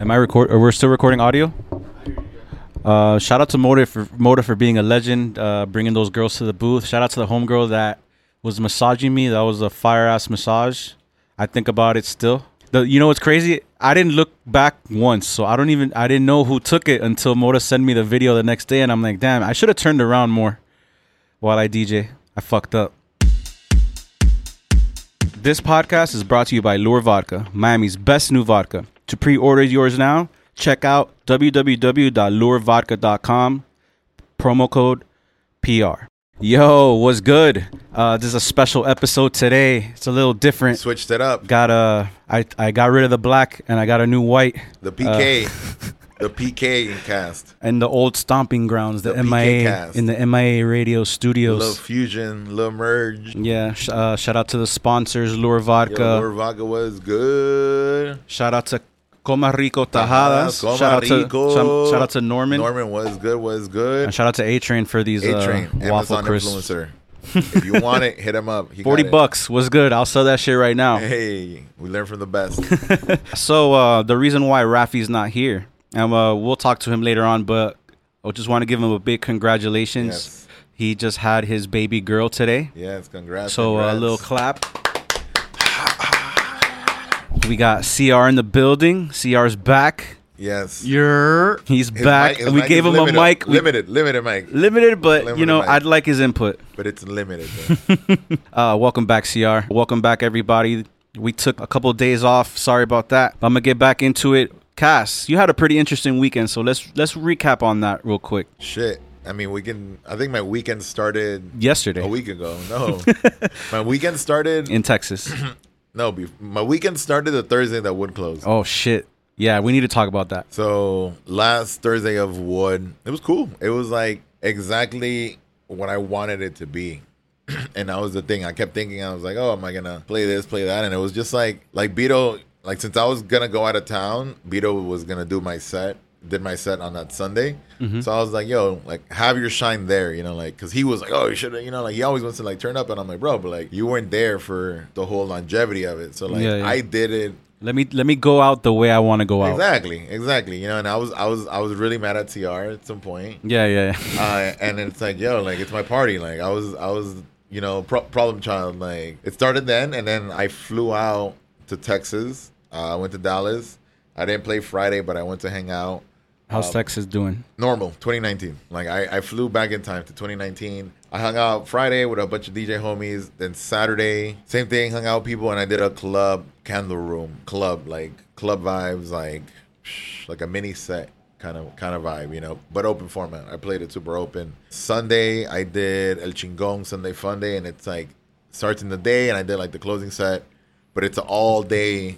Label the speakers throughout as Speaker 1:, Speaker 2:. Speaker 1: Am I record? Or we're still recording audio? Uh, shout out to Moda for Moda for being a legend, uh, bringing those girls to the booth. Shout out to the homegirl that was massaging me. That was a fire ass massage. I think about it still. The, you know what's crazy? I didn't look back once, so I don't even I didn't know who took it until Moda sent me the video the next day, and I'm like, damn, I should have turned around more while I DJ. I fucked up. This podcast is brought to you by Lure Vodka, Miami's best new vodka. To pre order yours now, check out www.lurevodka.com, promo code PR. Yo, what's good? Uh, this is a special episode today. It's a little different.
Speaker 2: Switched it up.
Speaker 1: Got a, I, I got rid of the black and I got a new white
Speaker 2: The PK. the PK in cast.
Speaker 1: and the old stomping grounds, the,
Speaker 2: The PK
Speaker 1: MIA,
Speaker 2: cast.
Speaker 1: in the MIA radio studios.
Speaker 2: Little fusion, little merge.
Speaker 1: Yeah, sh- uh, shout out to the sponsors, Lure
Speaker 2: Yo,
Speaker 1: Vodka.
Speaker 2: Lord Vodka was good.
Speaker 1: Shout out to Coma Rico Tajadas.
Speaker 2: Coma
Speaker 1: shout, out To,
Speaker 2: Rico.
Speaker 1: shout, shout out to Norman.
Speaker 2: Norman was good, was
Speaker 1: And
Speaker 2: good.
Speaker 1: shout out to A Train for these
Speaker 2: A Train,
Speaker 1: uh, waffle
Speaker 2: Amazon
Speaker 1: crisps.
Speaker 2: influencer. if you want it, hit him up. He got
Speaker 1: 40
Speaker 2: it.
Speaker 1: bucks was good. I'll sell that shit right now.
Speaker 2: Hey, we learn from the best.
Speaker 1: So, uh, the reason why Rafi's not here, and uh, we'll talk to him later on, but I just want to give him a big congratulations.
Speaker 2: Yes.
Speaker 1: He just had his baby girl today.
Speaker 2: yes, congrats.
Speaker 1: So, uh, a
Speaker 2: congrats.
Speaker 1: little clap. We got CR in the building. CR's back.
Speaker 2: yes.
Speaker 1: You're he's
Speaker 2: His
Speaker 1: back.
Speaker 2: mic- his
Speaker 1: we
Speaker 2: mic
Speaker 1: gave
Speaker 2: is
Speaker 1: him a
Speaker 2: limited,
Speaker 1: mic. We-
Speaker 2: Limited, limited mic,
Speaker 1: limited, but you
Speaker 2: Limited
Speaker 1: know,
Speaker 2: mic.
Speaker 1: I'd like his input.
Speaker 2: but it's limited. though.
Speaker 1: Uh, welcome back, CR. Welcome back, everybody. We took a couple of days off. Sorry about that. I'm gonna get back into it. Cass, you had a pretty interesting weekend, so let's let's recap on that real quick.
Speaker 2: Shit. I mean, we can. I think my weekend started
Speaker 1: Yesterday
Speaker 2: a week ago. No, my weekend started
Speaker 1: in Texas.
Speaker 2: No, be- my weekend started the Thursday that Wood closed.
Speaker 1: oh shit! Yeah, we need to talk about that.
Speaker 2: So last Thursday of Wood, it was cool. It was like exactly what I wanted it to be. and that was the thing. I kept thinking I was like, oh, am I gonna play this, play that? And it was just like like Beto, like since I was gonna go out of town, Beto was gonna do my set, did my set on that Sunday.
Speaker 1: Mm-hmm.
Speaker 2: So I was like, yo, like have your shine there, you know, like because he was like, oh, you should, you know, like he always wants to like turn up, and I'm like, bro, but like you weren't there for the whole longevity of it. So like
Speaker 1: Yeah, yeah.
Speaker 2: I did it
Speaker 1: Let me let me go out the way I want to go out.
Speaker 2: Exactly, exactly. You know, and I was, I was, I was really mad at Tr at some point,
Speaker 1: Yeah, yeah, yeah.
Speaker 2: uh, and it's like, yo, like it's my party. Like I was, I was, you know, pro- problem child. Like it started then, and then I flew out to Texas. Uh, I went to Dallas. I didn't play Friday, but I went to hang out.
Speaker 1: How's
Speaker 2: Um,
Speaker 1: Texas doing?
Speaker 2: Normal 2019. Like I, I flew back in time to 2019. I hung out Friday with a bunch of DJ homies. Then Saturday, same thing, hung out with people, and I did a club candle room club, like club vibes, like psh, like a mini set kind of kind of vibe, you know, but open format. I played it super open. Sunday, I did El Chingón Sunday Fun Day, and it's like starts in the day, and I did like the closing set, but it's all day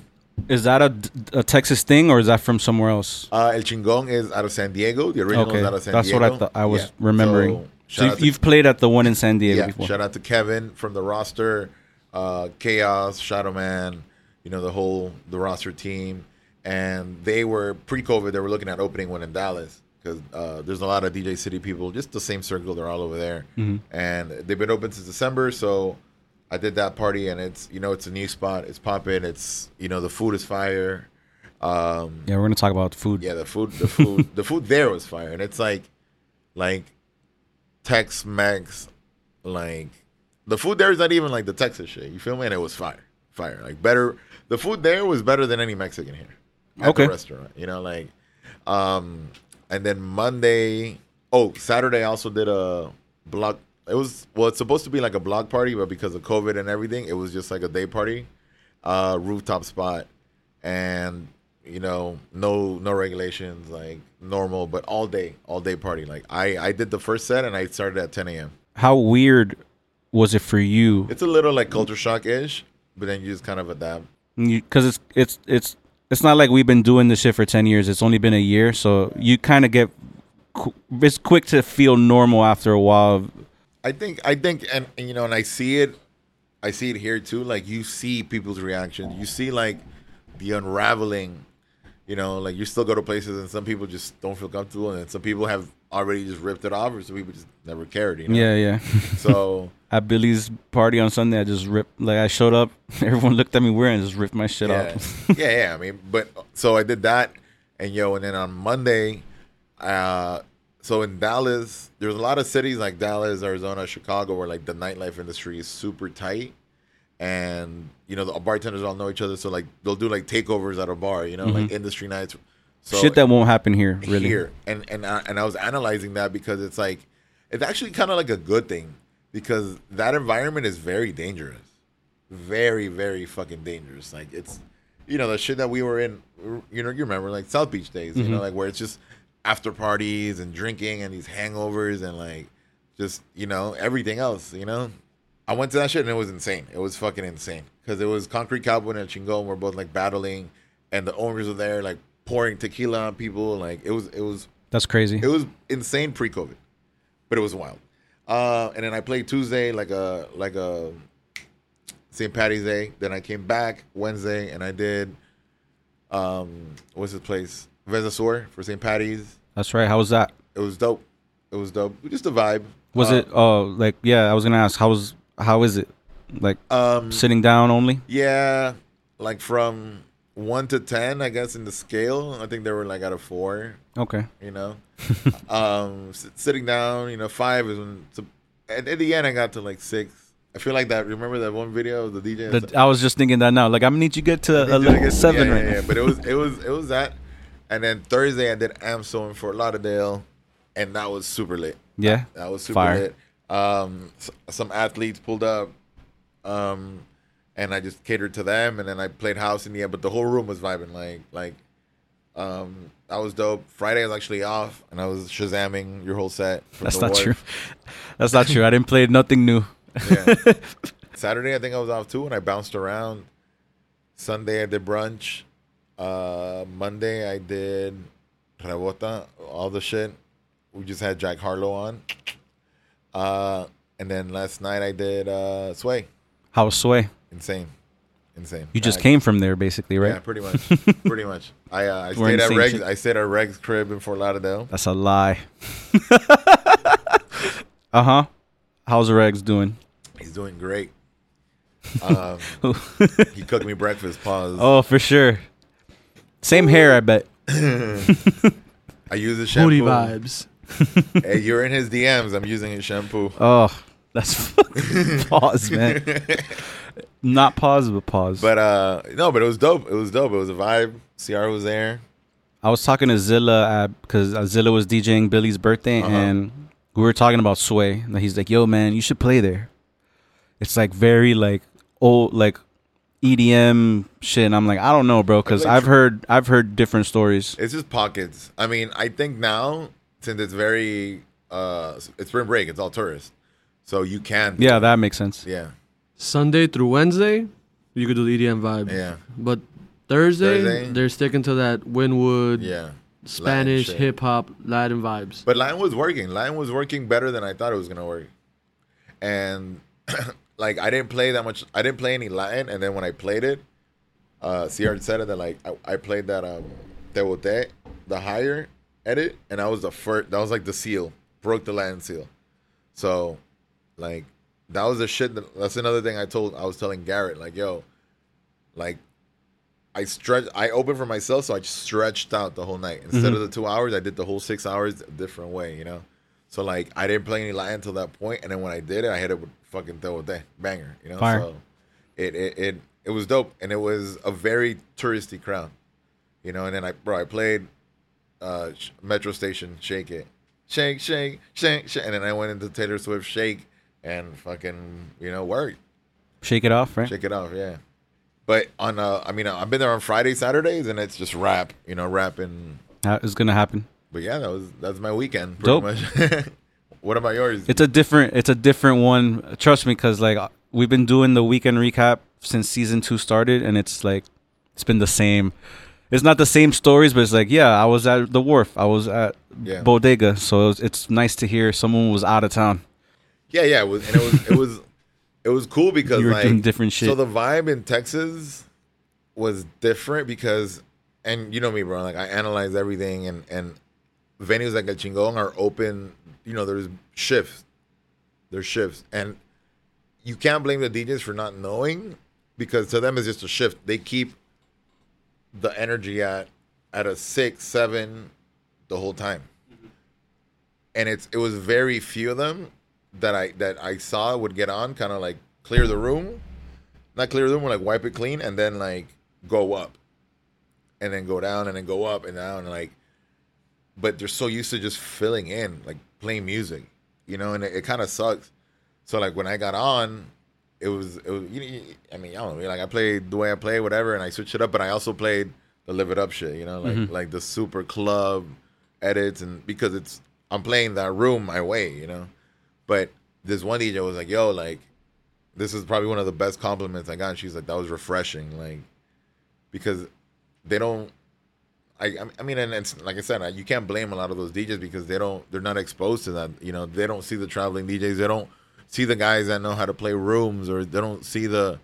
Speaker 1: Is that a, a Texas thing or is that from somewhere else?
Speaker 2: Uh, El Chingón is out of San Diego. The original
Speaker 1: Okay,
Speaker 2: is out of San
Speaker 1: that's
Speaker 2: Diego.
Speaker 1: what I thought. I was
Speaker 2: Yeah.
Speaker 1: remembering. So,
Speaker 2: shout out
Speaker 1: you've,
Speaker 2: to-
Speaker 1: you've played at the one in San Diego
Speaker 2: yeah,
Speaker 1: before.
Speaker 2: shout out to Kevin from the roster, uh, Chaos, Shadow Man, you know, the whole the roster team. And they were pre COVID, they were looking at opening one in Dallas because uh, there's a lot of DJ City people, just the same circle, they're all over there. And they've been open since December. So I did that party, and it's, you know, it's a new spot. It's popping. It's, you know, the food is fire. Um,
Speaker 1: Yeah, we're gonna talk about food.
Speaker 2: yeah, the food, the food, the food there was fire, and it's like, like, Tex Mex, like, the food there is not even like the Texas shit. You feel me? And it was fire, fire. Like better, the food there was better than any Mexican here at
Speaker 1: Okay.
Speaker 2: the restaurant. You know, like, um, and then Monday, oh, Saturday I also did a block. It was well, it's supposed to be like a block party, but because of COVID and everything, it was just like a day party, uh, rooftop spot, and you know, no no regulations, like normal, but all day, all day party. Like I I did the first set and I started at 10 a.m.
Speaker 1: How weird was it for you?
Speaker 2: It's a little like culture shock ish, but then you just kind of adapt.
Speaker 1: Because it's it's it's it's not like we've been doing this shit for ten years. It's only been a year, so you kind of get qu- it's quick to feel normal after a while.
Speaker 2: I think I think and, and, you know and I see it I see it here too like you see people's reactions you see like the unraveling you know like you still go to places and some people just don't feel comfortable and some people have already just ripped it off or some people just never cared you know
Speaker 1: Yeah, yeah.
Speaker 2: so
Speaker 1: At Billy's party on Sunday, I just ripped. Like I showed up, everyone looked at me weird and just ripped my shit
Speaker 2: yeah.
Speaker 1: off.
Speaker 2: yeah yeah I mean but so I did that And yo, and then on Monday, uh, so in Dallas, there's a lot of cities like Dallas, Arizona, Chicago, where like the nightlife industry is super tight, and you know the bartenders all know each other, so like they'll do like takeovers at a bar, you know, like industry nights. So
Speaker 1: Mm-hmm. Shit that won't happen here, really.
Speaker 2: here. And and I, and I was analyzing that because it's like it's actually kind of like a good thing because that environment is very dangerous, very very fucking dangerous. Like it's you know the shit that we were in. You know you remember like South Beach days. You know like where it's just after parties and drinking and these hangovers and like just you know everything else. You know. I went to that shit and it was insane. It was fucking insane because it was Concrete Cowboy and Chingo and we're both like battling, and the owners are there like pouring tequila on people. Like it was, it was
Speaker 1: That's crazy.
Speaker 2: it was insane pre-COVID, but it was wild. Uh, and then I played Tuesday like a like a St. Patty's Day. Then I came back Wednesday and I did um what's this place Vesasaur for St. Patty's.
Speaker 1: That's right. How was that?
Speaker 2: It was dope. It was dope. Just a vibe.
Speaker 1: Was
Speaker 2: Uh,
Speaker 1: it? Oh, like yeah. I was gonna ask. How was? How is it? Like
Speaker 2: Um,
Speaker 1: sitting down only.
Speaker 2: yeah, like from one to ten, I guess in the scale. I think they were like at a four.
Speaker 1: Okay.
Speaker 2: you know um s- sitting down you know five is when so at, at the end i got to like six i feel like that remember that one video of the dj
Speaker 1: The, I was just thinking that now. Like I'm gonna need you to get to
Speaker 2: Did
Speaker 1: a
Speaker 2: you
Speaker 1: level
Speaker 2: get-
Speaker 1: seven
Speaker 2: yeah,
Speaker 1: right
Speaker 2: yeah,
Speaker 1: now.
Speaker 2: yeah. but it was it was it was that and then thursday i did amso in fort lauderdale and that was super lit
Speaker 1: Yeah.
Speaker 2: that was super
Speaker 1: Fire.
Speaker 2: lit um s- some athletes pulled up um and i just catered to them and then i played house in the end but the whole room was vibing like like um that was dope friday I was actually off and i was shazamming your whole set from
Speaker 1: That's
Speaker 2: the
Speaker 1: not
Speaker 2: Wharf.
Speaker 1: true. That's not true. I didn't play nothing new.
Speaker 2: Yeah. Saturday, I think I was off too, and I bounced around. Sunday, I did brunch. Uh, Monday, I did Rebota, all the shit. We just had Jack Harlow on. Uh, and then last night, I did uh, Sway.
Speaker 1: How was Sway?
Speaker 2: Insane. Insane.
Speaker 1: You just
Speaker 2: I-
Speaker 1: came from there, basically, right?
Speaker 2: Yeah, pretty much. pretty much. I, uh, I,
Speaker 1: We're in
Speaker 2: stayed
Speaker 1: the
Speaker 2: at
Speaker 1: same
Speaker 2: Reg's,
Speaker 1: shit.
Speaker 2: I stayed at Reg's crib in Fort Lauderdale.
Speaker 1: That's a lie. uh huh. How's the regs doing?
Speaker 2: He's doing great. Um, he cooked me breakfast. Pause.
Speaker 1: Oh, for sure. Same hair, I bet.
Speaker 2: I use his shampoo.
Speaker 3: Booty vibes.
Speaker 2: Hey, you're in his DMs. I'm using his shampoo.
Speaker 1: Oh, that's fucking pause, man. Not pause, but pause.
Speaker 2: But uh no, but it was dope. It was dope. It was a vibe. CR was there.
Speaker 1: I was talking to Zilla because Zilla was DJing Billy's birthday,
Speaker 2: Uh-huh.
Speaker 1: and we were talking about Sway. And he's like, "Yo, man, you should play there. It's like very like old like EDM shit." And I'm like, "I don't know, bro, because
Speaker 2: Like-
Speaker 1: I've heard I've heard different stories."
Speaker 2: It's just pockets. I mean, I think now since it's very uh it's spring break, it's all tourists. So you can
Speaker 1: Yeah, that makes sense.
Speaker 2: Yeah.
Speaker 3: Sunday through Wednesday, you could do the EDM vibe.
Speaker 2: Yeah.
Speaker 3: But Thursday,
Speaker 2: Thursday?
Speaker 3: they're sticking to that Winwood,
Speaker 2: Yeah.
Speaker 3: Spanish,
Speaker 2: Latin shit.
Speaker 3: hip hop, Latin vibes.
Speaker 2: But Lion was working. Lion was working better than I thought it was gonna work. And like I didn't play that much I didn't play any Latin and then when I played it, uh CR said it that like I, I played that um Te Boté, the higher edit, and I was the first that was like the seal. Broke the Latin seal. So like that was the shit that, that's another thing I told I was telling Garrett, like, yo, like I stretch. I opened for myself, so I stretched out the whole night. Instead of the two hours, I did the whole six hours a different way. You know, so like I didn't play any Latin until that point, and then when I did it, I hit it with fucking throw with that banger. You know,
Speaker 1: Fire.
Speaker 2: so it, it it it was dope, and it was a very touristy crowd. You know, and then I bro, I played uh sh- Metro Station, Shake It, Shake, Shake, Shake, Shake, and then I went into Taylor Swift, Shake, and fucking you know work.
Speaker 1: Shake it off, right?
Speaker 2: Shake it off, yeah. But on, uh, I mean, I've been there on Friday, Saturdays, and it's just rap, you know, rap and.
Speaker 1: Ha- It's gonna happen.
Speaker 2: But yeah, that was that's my weekend. Pretty
Speaker 1: Dope.
Speaker 2: much. what about yours?
Speaker 1: It's a different. It's a different one. Trust me, because like we've been doing the weekend recap since season two started, and it's like it's been the same. It's not the same stories, but it's like yeah, I was at the wharf, I was at
Speaker 2: Yeah.
Speaker 1: bodega, so it was, it's nice to hear someone was out of town.
Speaker 2: yeah, yeah, it was, and it was, it was, it was cool because
Speaker 1: You were
Speaker 2: like
Speaker 1: doing different
Speaker 2: So
Speaker 1: shit.
Speaker 2: the vibe in Texas was different because, and you know me, bro. Like I analyze everything, and and venues like El Chingón are open. You know, there's shifts, there's shifts, and you can't blame the DJs for not knowing because to them it's just a shift. They keep the energy at at a six, seven, the whole time. And it's it was very few of them that I that I saw would get on, kind of like clear the room, not clear the room, like wipe it clean, and then like go up, and then go down, and then go up and down, and like. But they're so used to just filling in, like playing music, you know, and it, it kind of sucks. So like when I got on, it was it was you, you- I mean I don't know like I played the way I play whatever and I switched it up but I also played the live it up shit you know like like the super club edits and because it's I'm playing that room my way you know but this one DJ was like yo like this is probably one of the best compliments I got and she's like that was refreshing like because they don't I I mean and it's like I said I- you can't blame a lot of those DJs because they don't they're not exposed to that you know they don't see the traveling DJs they don't see the guys that know how to play rooms or they don't see the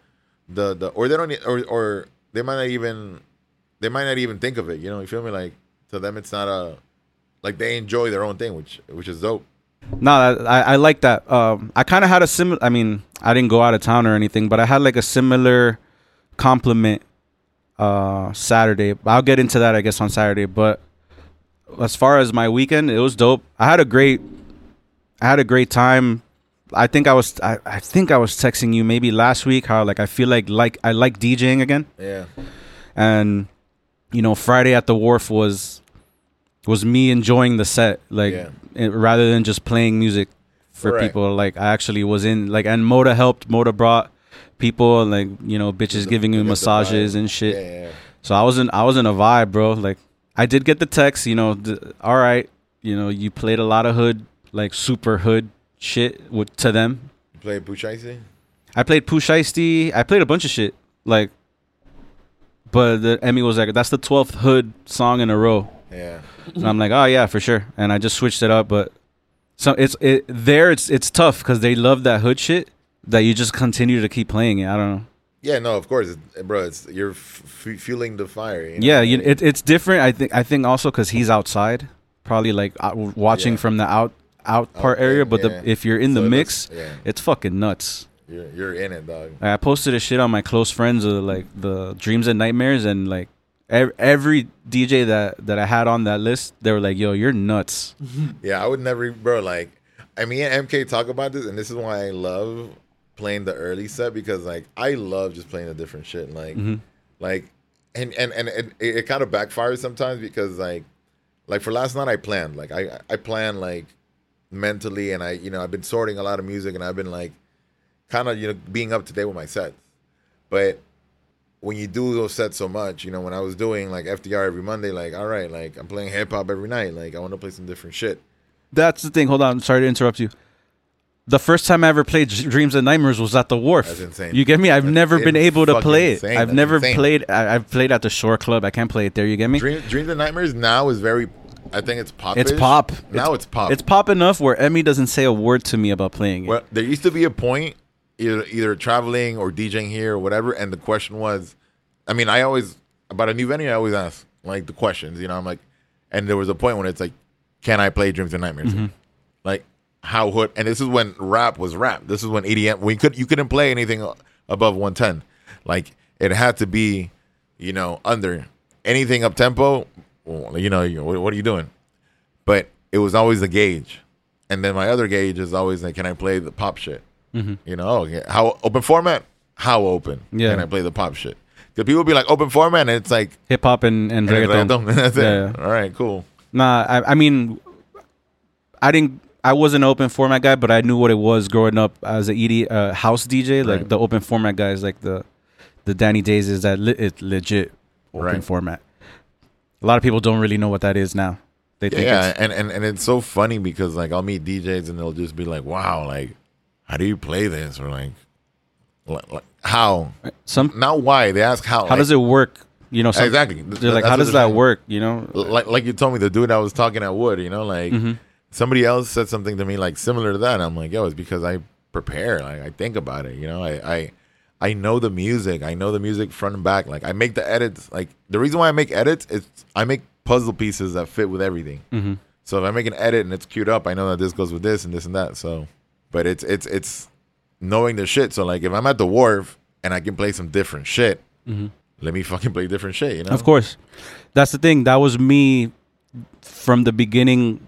Speaker 2: the the or they don't e- or or they might not even they might not even think of it you know you feel me like to them it's not a like they enjoy their own thing which which is dope
Speaker 1: No, I, I like that. Um, I kind of had a similar. I mean, I didn't go out of town or anything, but I had like a similar compliment uh, Saturday. I'll get into that, I guess, on Saturday. But as far as my weekend, it was dope. I had a great, I had a great time. I think I was, I, I think I was texting you maybe last week how like I feel like like I like DJing again,
Speaker 2: yeah
Speaker 1: and you know Friday at the wharf was was me enjoying the set like
Speaker 2: Yeah.
Speaker 1: it- rather than just playing music for
Speaker 2: Right.
Speaker 1: people like I actually was in like and Moda helped Moda brought people like you know bitches giving
Speaker 2: you
Speaker 1: me
Speaker 2: get the
Speaker 1: massages
Speaker 2: vibe.
Speaker 1: and shit
Speaker 2: yeah, yeah, yeah.
Speaker 1: so I was in I was in a vibe bro like I did get the text you know th- all right you know you played a lot of hood like super hood shit with, to them
Speaker 2: you play Puchaisi
Speaker 1: I played Pooh Shiesty. I played a bunch of shit. Like, but the Emmy was like, "That's the twelfth Hood song in a row,"
Speaker 2: yeah
Speaker 1: and I'm like, "Oh yeah, for sure." And I just switched it up, but so it's it there. It's it's tough because they love that Hood shit that you just continue to keep playing it. I don't know.
Speaker 2: yeah no of course it, bro it's you're f- f- fueling the fire you know?
Speaker 1: Yeah, you, it, it's different. I think I think also because he's outside, probably like out, watching
Speaker 2: Yeah.
Speaker 1: from the out out part
Speaker 2: Out,
Speaker 1: area. But
Speaker 2: yeah.
Speaker 1: the, if you're in
Speaker 2: So
Speaker 1: the
Speaker 2: it
Speaker 1: mix,
Speaker 2: looks- yeah.
Speaker 1: it's fucking nuts.
Speaker 2: you're, you're in it dog
Speaker 1: Like, I posted a shit on my close friends of like the dreams and nightmares, and like ev- every DJ that that I had on that list, they were like, "Yo, you're nuts."
Speaker 2: Yeah, I would never, bro. Like, I mean, and MK talk about this, and this is why I love playing the early set because, like, I love just playing the different shit. Like, like, and and and it, it, it kind of backfires sometimes because, like, like for last night I planned, like, I I planned like mentally, and I you know I've been sorting a lot of music, and I've been like, kind of you know being up to date with my sets, but when you do those sets so much, you know, when I was doing like FDR every Monday, like, all right, like I'm playing hip hop every night, like I want to play some different shit.
Speaker 1: That's the thing. Hold on, sorry to interrupt you. The first time I ever played Dr- Dreams and Nightmares was at the Wharf.
Speaker 2: That's insane.
Speaker 1: You get me? I've
Speaker 2: That's
Speaker 1: never been
Speaker 2: in-
Speaker 1: able to
Speaker 2: fucking
Speaker 1: play it.
Speaker 2: insane.
Speaker 1: I've
Speaker 2: That's
Speaker 1: never
Speaker 2: insane.
Speaker 1: played. I, I've played at the Shore Club. I can't play it there. You get me?
Speaker 2: Dream, Dreams and Nightmares now is very, I think it's pop.
Speaker 1: It's pop.
Speaker 2: Now it's, pop.
Speaker 1: It's pop enough where Emmy doesn't say a word to me about playing it.
Speaker 2: Well, there used to be a point, either, either traveling or DJing here or whatever, and the question was, I mean, I always about a new venue, I always ask like the questions, you know. I'm like, and there was a point when it's like, can I play Dreams and Nightmares?
Speaker 1: Mm-hmm.
Speaker 2: Like how hood? And this is when rap was rap. This is when EDM. We could you couldn't play anything above 110. Like it had to be, you know, under anything up tempo. well, You know, you, what what are you doing? but it was always the gauge. And then my other gauge is always like, can I play the pop shit? You know, oh, yeah. how open format? How open
Speaker 1: Mm-hmm. Yeah.
Speaker 2: can I play the pop shit? Because people be like open format, and it's like
Speaker 1: Hip hop and, and, reggaeton.
Speaker 2: reggaeton. That's it.
Speaker 1: Yeah, yeah.
Speaker 2: All right, cool.
Speaker 1: Nah, I, I mean, I didn't. I was an open format guy, but I knew what it was growing up as a ED uh, house DJ. Like
Speaker 2: Right.
Speaker 1: the open format guys, like the the Danny Days is that le- it's legit open
Speaker 2: Right.
Speaker 1: format. A lot of people don't really know what that is now. They think
Speaker 2: Yeah,
Speaker 1: it's,
Speaker 2: and, and and it's so funny because like I'll meet DJs and they'll just be like, wow, like how do you play this or like, like, like, how
Speaker 1: some.
Speaker 2: not why they ask how
Speaker 1: How does it work? You know, some,
Speaker 2: Exactly.
Speaker 1: They're like,
Speaker 2: That's
Speaker 1: how
Speaker 2: what
Speaker 1: does
Speaker 2: I'm
Speaker 1: that
Speaker 2: saying.
Speaker 1: work? You know,
Speaker 2: like like you told me the dude I was talking at Wood, you know, like somebody else said something to me like similar to that. and I'm like, yo, it's because I prepare, like I think about it, you know, I I I know the music, I know the music front and back. Like I make the edits. Like the reason why I make edits is I make puzzle pieces that fit with everything. So if I make an edit and it's queued up, I know that this goes with this and this and that. So, but it's it's it's knowing the shit. So like if I'm at the wharf and I can play some different shit, let me fucking play different shit. You know,
Speaker 1: Of course. That's the thing. That was me from the beginning,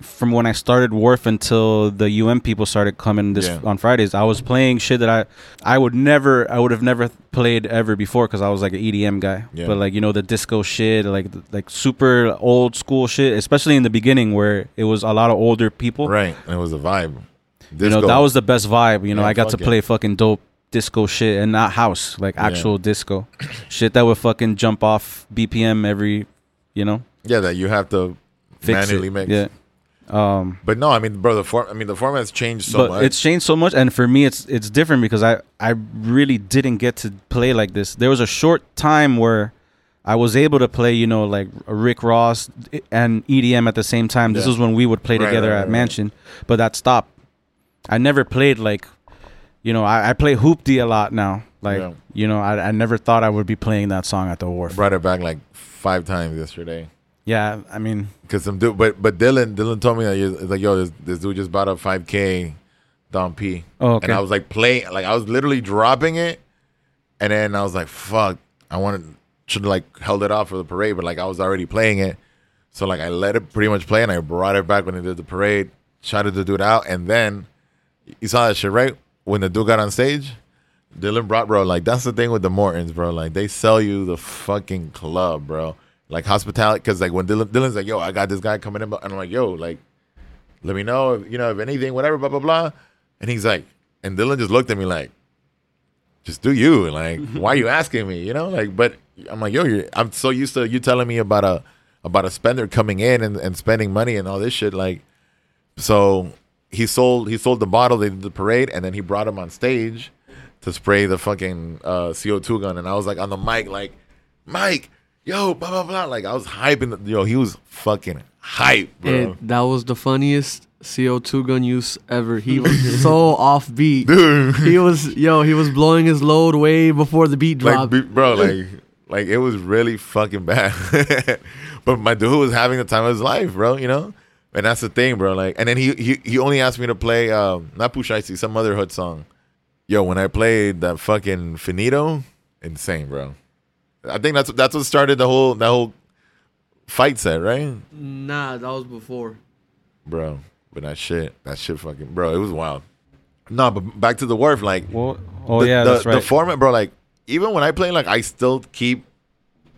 Speaker 1: from when I started Wharf until the UM people started coming this
Speaker 2: Yeah.
Speaker 1: on Fridays. I was playing shit that I I would never I would have never played ever before because I was like an EDM guy.
Speaker 2: Yeah.
Speaker 1: But like you know the disco shit, like like super old school shit, especially in the beginning where it was a lot of older people.
Speaker 2: Right, it was a vibe.
Speaker 1: You know
Speaker 2: Disco.
Speaker 1: that was the best vibe. You know
Speaker 2: Yeah,
Speaker 1: I got to
Speaker 2: fuck it.
Speaker 1: play fucking dope disco shit and not house like actual disco shit that would fucking jump off BPM every you know
Speaker 2: yeah that you have to
Speaker 1: fix
Speaker 2: manually
Speaker 1: it.
Speaker 2: mix.
Speaker 1: Yeah. Um,
Speaker 2: But no, I mean, bro, the form. I mean, the format's changed so
Speaker 1: but
Speaker 2: much.
Speaker 1: it's changed so much, and for me, it's it's different because I I really didn't get to play like this. There was a short time where I was able to play, you know, like Rick Ross and EDM at the same time. This
Speaker 2: Yeah.
Speaker 1: is when we would play
Speaker 2: Right,
Speaker 1: together
Speaker 2: right, right,
Speaker 1: at
Speaker 2: right.
Speaker 1: Mansion, but that stopped. I never played like, you know, I, I play Hoopty a lot now. Like,
Speaker 2: Yeah.
Speaker 1: you know, I, I never thought I would be playing that song at the wharf.
Speaker 2: brought it back like five times yesterday.
Speaker 1: Yeah, I mean,
Speaker 2: Cause some dude, but but Dylan, Dylan told me that he was- it's like, yo, this, this dude just bought a 5K Dom P.
Speaker 1: Oh, okay.
Speaker 2: And I was like, play, like I was literally dropping it, and then I was like, fuck, I wanted should have like held it off for the parade, but like I was already playing it, so like I let it pretty much play, and I brought it back when they did the parade, shouted the dude out, and then you saw that shit right when the dude got on stage. Dylan brought bro, like that's the thing with the Mortons, bro. Like they sell you the fucking club, bro. Like hospitality, because like when Dylan, Dylan's like, "Yo, I got this guy coming in," and I'm like, "Yo, like, let me know, if, you know, if anything, whatever, blah blah blah." And he's like, and Dylan just looked at me like, "Just do you, like, why you asking me, you know?" Like, but I'm like, "Yo, you're, I'm so used to you telling me about a about a spender coming in and, and spending money and all this shit, like." So he sold he sold the bottle. They did the parade, and then he brought him on stage to spray the fucking uh, CO two gun. And I was like on the mic, like Mike, yo, blah blah blah. Like I was hyping. the- Yo, he was fucking hype, bro.
Speaker 3: And that was the funniest CO2 gun use ever. He was so off beat.
Speaker 2: Dude.
Speaker 3: He was yo, he was blowing his load way before the beat
Speaker 2: like
Speaker 3: dropped.
Speaker 2: be- bro, like like it was really fucking bad. but my dude was having the time of his life, bro. You know. And that's the thing, bro. Like, and then he he, he only asked me to play um, not Push Icy, some other hood song. Yo, when I played that fucking Finito, insane, bro. I think that's that's what started the whole that whole fight set, right,
Speaker 3: nah, that was before.
Speaker 2: bro? But that shit, that shit, fucking, bro, it was wild. No, but back to the wharf, like,
Speaker 1: well, oh
Speaker 2: the,
Speaker 1: yeah,
Speaker 2: the,
Speaker 1: that's right.
Speaker 2: the format, bro. Like, even when I play, like, I still keep,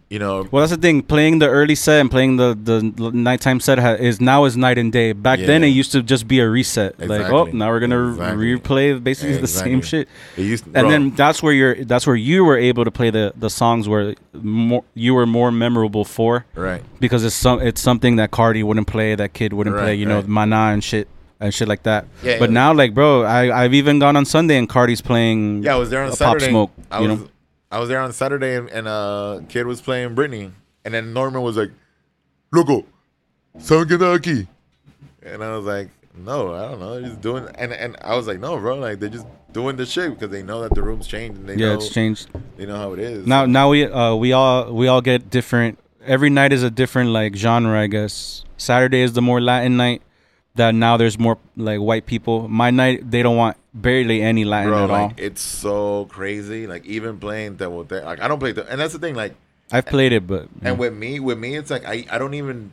Speaker 2: you know,
Speaker 1: Well, that's the thing. Playing the early set and playing the the nighttime set ha- is now is night and day. Back then,
Speaker 2: Yeah.
Speaker 1: it used to just be a reset. Like, oh,
Speaker 2: Exactly.
Speaker 1: now we're gonna
Speaker 2: Exactly.
Speaker 1: replay basically the same
Speaker 2: Exactly.
Speaker 1: shit.
Speaker 2: It used
Speaker 1: And
Speaker 2: bro,
Speaker 1: then that's where you're. That's where you were able to play the the songs where more, you were more memorable for
Speaker 2: right.
Speaker 1: because it's some it's something that Cardi wouldn't play, that kid wouldn't
Speaker 2: Right,
Speaker 1: play, you know,
Speaker 2: right.
Speaker 1: Mana and shit and shit like that.
Speaker 2: Yeah,
Speaker 1: but
Speaker 2: yeah.
Speaker 1: now, like, bro, I I've even gone on Sunday and Cardi's playing.
Speaker 2: Yeah, I was there on
Speaker 1: uh,
Speaker 2: Saturday.
Speaker 1: Pop Smoke.
Speaker 2: I
Speaker 1: you
Speaker 2: was
Speaker 1: know,
Speaker 2: I was there on Saturday, and, and uh, kid was playing Britney, and then Norman was like, "Loco, son Kentucky," and I was like, "No, I don't know. They're just doing." And and I was like, "No, bro. Like they're just doing the shit because they know that the room's changed and they
Speaker 1: yeah,
Speaker 2: know
Speaker 1: it's changed.
Speaker 2: they know how it is."
Speaker 1: now now we uh we all we all get different every night is a different like genre i guess saturday is the more latin night that now there's more like white people my night they don't want barely any latin
Speaker 2: bro,
Speaker 1: at all
Speaker 2: like it's so crazy. Like even playing double, Th- like I don't play, th- and that's the thing. Like
Speaker 1: i've played it but
Speaker 2: And with me, with me, it's like I, I don't even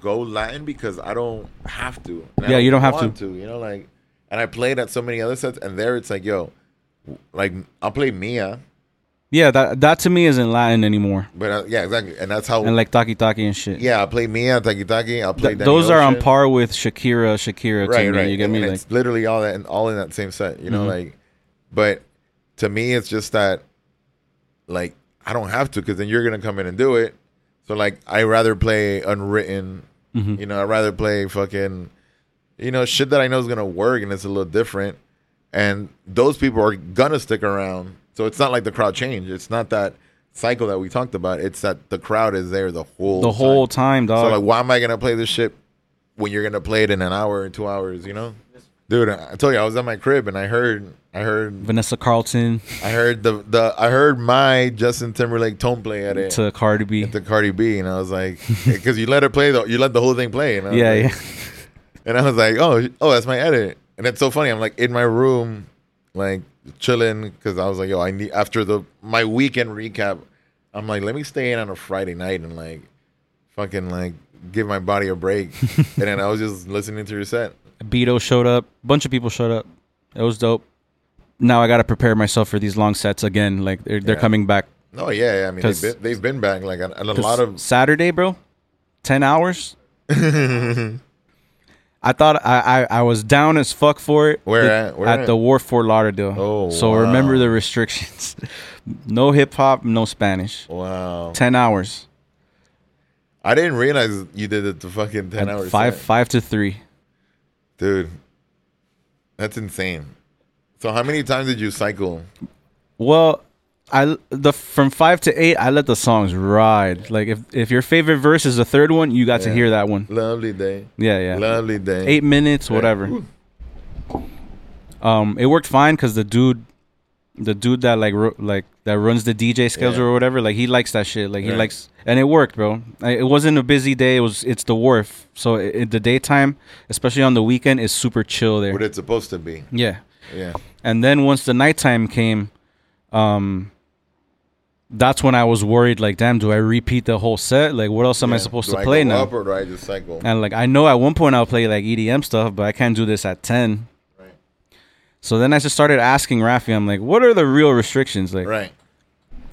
Speaker 2: go Latin because I don't have to. And I
Speaker 1: Yeah, you don't have
Speaker 2: want You know, like, and I played at so many other sets, and there it's like, yo, like I'll play Mia,
Speaker 1: yeah that that to me isn't latin anymore
Speaker 2: but I, yeah, exactly, and that's how.
Speaker 1: and like taki taki and shit
Speaker 2: yeah, I play Mia, Taki Taki. I'll play.
Speaker 1: Th-
Speaker 2: Danny
Speaker 1: those are on
Speaker 2: Ocean.
Speaker 1: par with shakira shakira to
Speaker 2: Right,
Speaker 1: me,
Speaker 2: right.
Speaker 1: you get
Speaker 2: and,
Speaker 1: me like
Speaker 2: and
Speaker 1: Mm-hmm.
Speaker 2: it's literally all that, and all in that same set. You know, like, but to me, it's just that, like, I don't have to because then you're gonna come in and do it. So like, I rather play unwritten.
Speaker 1: Mm-hmm.
Speaker 2: You know, I would rather play fucking, you know, shit that I know is gonna work and it's a little different. And those people are gonna stick around. So it's not like the crowd change. It's not that cycle that we talked about. It's that the crowd is there the whole
Speaker 1: the
Speaker 2: time.
Speaker 1: whole time
Speaker 2: So
Speaker 1: dog
Speaker 2: like, why am I gonna play this shit when you're gonna play it in an hour or two hours? You know, dude. I I told you I was at my crib and I heard, I heard,
Speaker 1: vanessa carlton
Speaker 2: I heard the the I heard my Justin Timberlake tone play at it
Speaker 1: to cardi b
Speaker 2: to Cardi B, and I was like, because you let her play though, you let the whole thing play. And I was
Speaker 1: yeah
Speaker 2: like-
Speaker 1: yeah
Speaker 2: And I was like, oh, oh, that's my edit, and that's so funny. I'm like in my room, like chilling, because I was like, yo, I need after the my weekend recap. I'm like, let me stay in on a Friday night and like, fucking like, give my body a break. and then I was just listening to your set.
Speaker 1: Beto showed up. bunch of people showed up. It was dope. Now I got to prepare myself for these long sets again. Like they're, they're
Speaker 2: Yeah.
Speaker 1: coming back.
Speaker 2: No, yeah, yeah. I mean,
Speaker 1: 'Cause-
Speaker 2: they've been, they've been back like and a lot of
Speaker 1: Saturday, bro. Ten hours. I thought I, I I was down as fuck for it.
Speaker 2: Where
Speaker 1: The-
Speaker 2: at? Where
Speaker 1: at
Speaker 2: at?
Speaker 1: the Wharf Fort Lauderdale.
Speaker 2: Oh,
Speaker 1: so
Speaker 2: wow.
Speaker 1: remember the restrictions. no hip hop, no Spanish.
Speaker 2: wow.
Speaker 1: Ten hours.
Speaker 2: I didn't realize you did it to fucking ten
Speaker 1: At
Speaker 2: hours.
Speaker 1: five
Speaker 2: set.
Speaker 1: five to three.
Speaker 2: dude. That's insane. So how many times did you cycle?
Speaker 1: Well, I the from five to eight, I let the songs ride. Like if if your favorite verse is the third one, you got to
Speaker 2: Yeah.
Speaker 1: hear that one.
Speaker 2: Lovely day.
Speaker 1: Yeah, yeah.
Speaker 2: Lovely day.
Speaker 1: Eight minutes,
Speaker 2: Yeah.
Speaker 1: whatever.
Speaker 2: Ooh.
Speaker 1: Um, it worked fine because the dude, the dude that like ru- like that runs the DJ schedule
Speaker 2: Yeah.
Speaker 1: or whatever, like he likes that shit. Like he
Speaker 2: Right.
Speaker 1: likes, and it worked, bro. I, it wasn't a busy day. It was it's the wharf, so i i- the daytime, especially on the weekend, is super chill there.
Speaker 2: What it's supposed to be.
Speaker 1: yeah,
Speaker 2: Yeah.
Speaker 1: and then once the nighttime came, um, that's when I was worried. Like, damn, do I repeat the whole set? Like, what else am I
Speaker 2: Yeah.
Speaker 1: supposed
Speaker 2: Do
Speaker 1: to
Speaker 2: I
Speaker 1: play
Speaker 2: go
Speaker 1: now?
Speaker 2: Up or do I just cycle?
Speaker 1: And like I know at one point I'll play like EDM stuff, but I can't do this at ten.
Speaker 2: Right.
Speaker 1: So then I just started asking Rafi, I'm like, what are the real restrictions? Like,
Speaker 2: Right.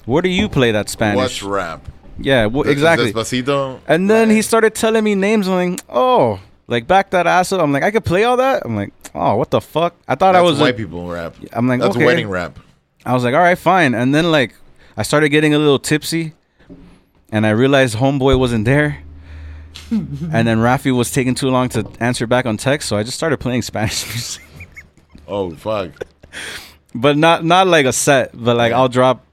Speaker 1: what do you play that Spanish?
Speaker 2: What's rap?
Speaker 1: yeah, wh-
Speaker 2: This is
Speaker 1: exactly.
Speaker 2: Despacito.
Speaker 1: And then
Speaker 2: Right.
Speaker 1: he started telling me names. I'm like, oh, like back that ass up. I'm like, I could play all that. I'm like, oh, what the fuck? I thought I
Speaker 2: That's
Speaker 1: was.
Speaker 2: white
Speaker 1: a-
Speaker 2: people rap.
Speaker 1: I'm like,
Speaker 2: That's
Speaker 1: okay.
Speaker 2: wedding rap.
Speaker 1: I was like, all right, fine. And then like I started getting a little tipsy, and I realized homeboy wasn't there. and then Rafi was taking too long to answer back on text, so I just started playing Spanish music.
Speaker 2: Oh fuck.
Speaker 1: but not not like a set. But like I'll drop.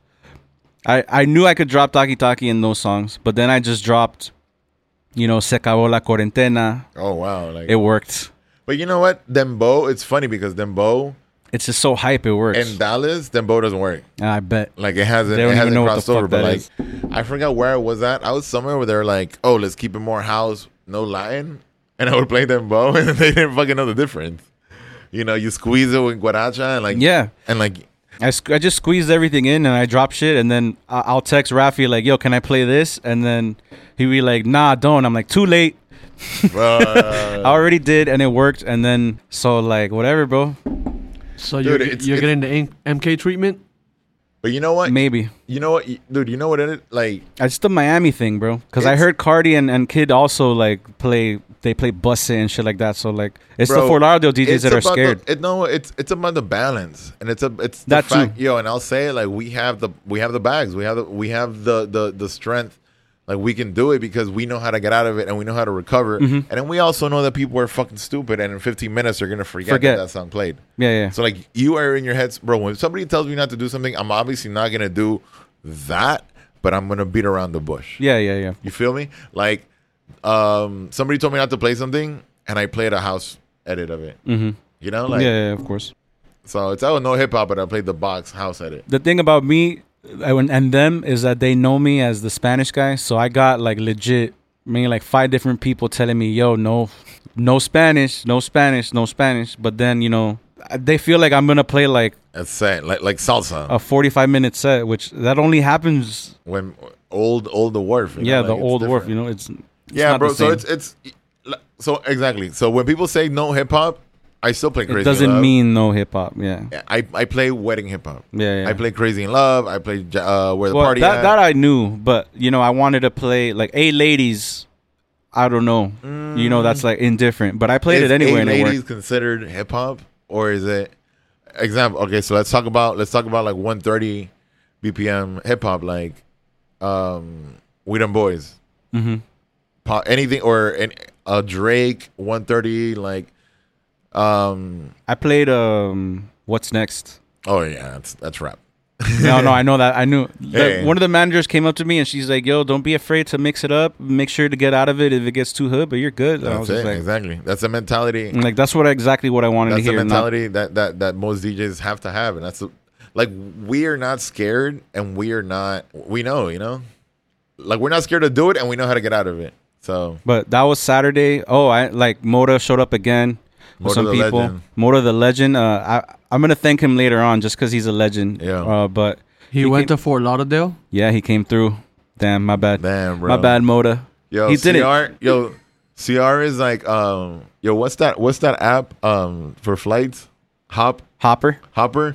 Speaker 1: I I knew I could drop Taki Taki in those songs, but then I just dropped, you know, Se acabó la cuarentena.
Speaker 2: Oh wow. Like,
Speaker 1: It worked.
Speaker 2: but you know what? Dembo. It's funny because Dembo
Speaker 1: It's just so hype. It works.
Speaker 2: in Dallas, Dembo doesn't work.
Speaker 1: And I bet.
Speaker 2: Like it hasn't,
Speaker 1: They don't
Speaker 2: it
Speaker 1: even
Speaker 2: hasn't
Speaker 1: know what the
Speaker 2: crossed
Speaker 1: fuck
Speaker 2: over. But
Speaker 1: that
Speaker 2: like,
Speaker 1: is.
Speaker 2: I forgot where I was at. I was somewhere where they're like, "Oh, let's keep it more house, no Latin," and I would play them bow, and they didn't fucking know the difference. You know, you squeeze it with guaracha, and like,
Speaker 1: Yeah.
Speaker 2: and like,
Speaker 1: I, squ- I just squeezed everything in and I drop shit and then I- I'll text Rafi like, "Yo, can I play this?" And then he be like, "Nah, don't." I'm like, "Too late.
Speaker 2: bruh.
Speaker 1: I already did and it worked." And then so like whatever, bro.
Speaker 3: So
Speaker 2: Dude,
Speaker 3: you're,
Speaker 2: it's-
Speaker 3: you're
Speaker 2: it's-
Speaker 3: getting the M- MK treatment?
Speaker 2: but you know what?
Speaker 1: Maybe
Speaker 2: You know what, dude? You know what it is? Like,
Speaker 1: it's the Miami thing, bro. Because I
Speaker 2: It's-
Speaker 1: heard Cardi and, and Kid also like play they play Busta and shit like that. So like it's the
Speaker 2: Bro,
Speaker 1: Fort Lauderdale DJs
Speaker 2: it's
Speaker 1: that are
Speaker 2: about
Speaker 1: scared.
Speaker 2: The, it, no, it's it's about the balance, and it's a it's the
Speaker 1: That too.
Speaker 2: fact, yo. And I'll say it like we have the we have the bags, we have the we have the the the strength, like we can do it because we know how to get out of it and we know how to recover,
Speaker 1: Mm-hmm.
Speaker 2: and then we also know that people are fucking stupid, and in 15 minutes they're gonna forget,
Speaker 1: Forget.
Speaker 2: That, that song played.
Speaker 1: yeah, yeah.
Speaker 2: So like you are in your heads, bro. When somebody tells me not to do something, I'm obviously not gonna do that, but I'm gonna beat around the bush.
Speaker 1: yeah, yeah, yeah.
Speaker 2: You feel me? Like, um, somebody told me not to play something, and I played a house edit of it. Mm-hmm. You know, like
Speaker 1: yeah, yeah, of course.
Speaker 2: so. It's I don't know hip hop, but I played the box house edit.
Speaker 1: The thing about me I, went- and them is that they know me as the Spanish guy, so I got like legit, I mean, like five different people telling me, "Yo, no, no Spanish, no Spanish, no Spanish." But then you know, they feel like I'm gonna play like
Speaker 2: That's sad, like like salsa
Speaker 1: a 45 minute set, which that only happens.
Speaker 2: when old old the wharf. you know,
Speaker 1: yeah,
Speaker 2: like,
Speaker 1: the
Speaker 2: it's
Speaker 1: old wharf.
Speaker 2: different.
Speaker 1: You know, it's, it's
Speaker 2: Yeah,
Speaker 1: not
Speaker 2: bro.
Speaker 1: the
Speaker 2: So
Speaker 1: same.
Speaker 2: it's it's so exactly. So when people say no hip hop, I still play crazy.
Speaker 1: it doesn't
Speaker 2: Love.
Speaker 1: mean no hip hop. Yeah.
Speaker 2: I, I play wedding hip hop.
Speaker 1: Yeah, yeah.
Speaker 2: I play Crazy in Love. I play uh, Where the
Speaker 1: Well,
Speaker 2: Party
Speaker 1: that,
Speaker 2: At.
Speaker 1: that I knew, but you know, I wanted to play like a ladies. I don't know. You know, that's like indifferent, but I played
Speaker 2: is
Speaker 1: it anyway.
Speaker 2: Mm. A
Speaker 1: and it worked.
Speaker 2: ladies considered hip hop, or is it? Example. Okay, so let's talk about let's talk about like 130 BPM hip hop, like um, We Them Boys,
Speaker 1: Mm-hmm.
Speaker 2: Pop, anything or an, a Drake 130, like um.
Speaker 1: I played um what's next.
Speaker 2: Oh yeah, that's that's rap.
Speaker 1: No, no, I know that. I knew the-
Speaker 2: Hey.
Speaker 1: one of the managers came up to me and she's like, "Yo, don't be afraid to mix it up. Make sure to get out of it if it gets too hood, but you're good." And I was
Speaker 2: That's
Speaker 1: just
Speaker 2: it.
Speaker 1: like,
Speaker 2: exactly. That's the mentality.
Speaker 1: like, that's what exactly what I wanted
Speaker 2: that's
Speaker 1: to
Speaker 2: the
Speaker 1: hear. not-
Speaker 2: mentality that, that that most DJs have to have, and that's the- like we are not scared, and we are not. We know, you know, like we're not scared to do it, and we know how to get out of it. So
Speaker 1: but that was Saturday. Oh, I like Moda showed up again with
Speaker 2: Moda
Speaker 1: some
Speaker 2: the
Speaker 1: people.
Speaker 2: legend.
Speaker 1: Moda the legend. Uh, I I'm gonna thank him later on just because he's a legend.
Speaker 2: Yeah.
Speaker 1: Uh, but
Speaker 3: He, went to Fort Lauderdale.
Speaker 1: Yeah, he came through. Damn, my bad.
Speaker 2: Damn, bro.
Speaker 1: My bad, Moda.
Speaker 2: Yo,
Speaker 1: he
Speaker 2: CR, yo, CR is like, um, yo, what's that? What's that app um for flights? Hop,
Speaker 1: Hopper.
Speaker 2: hopper.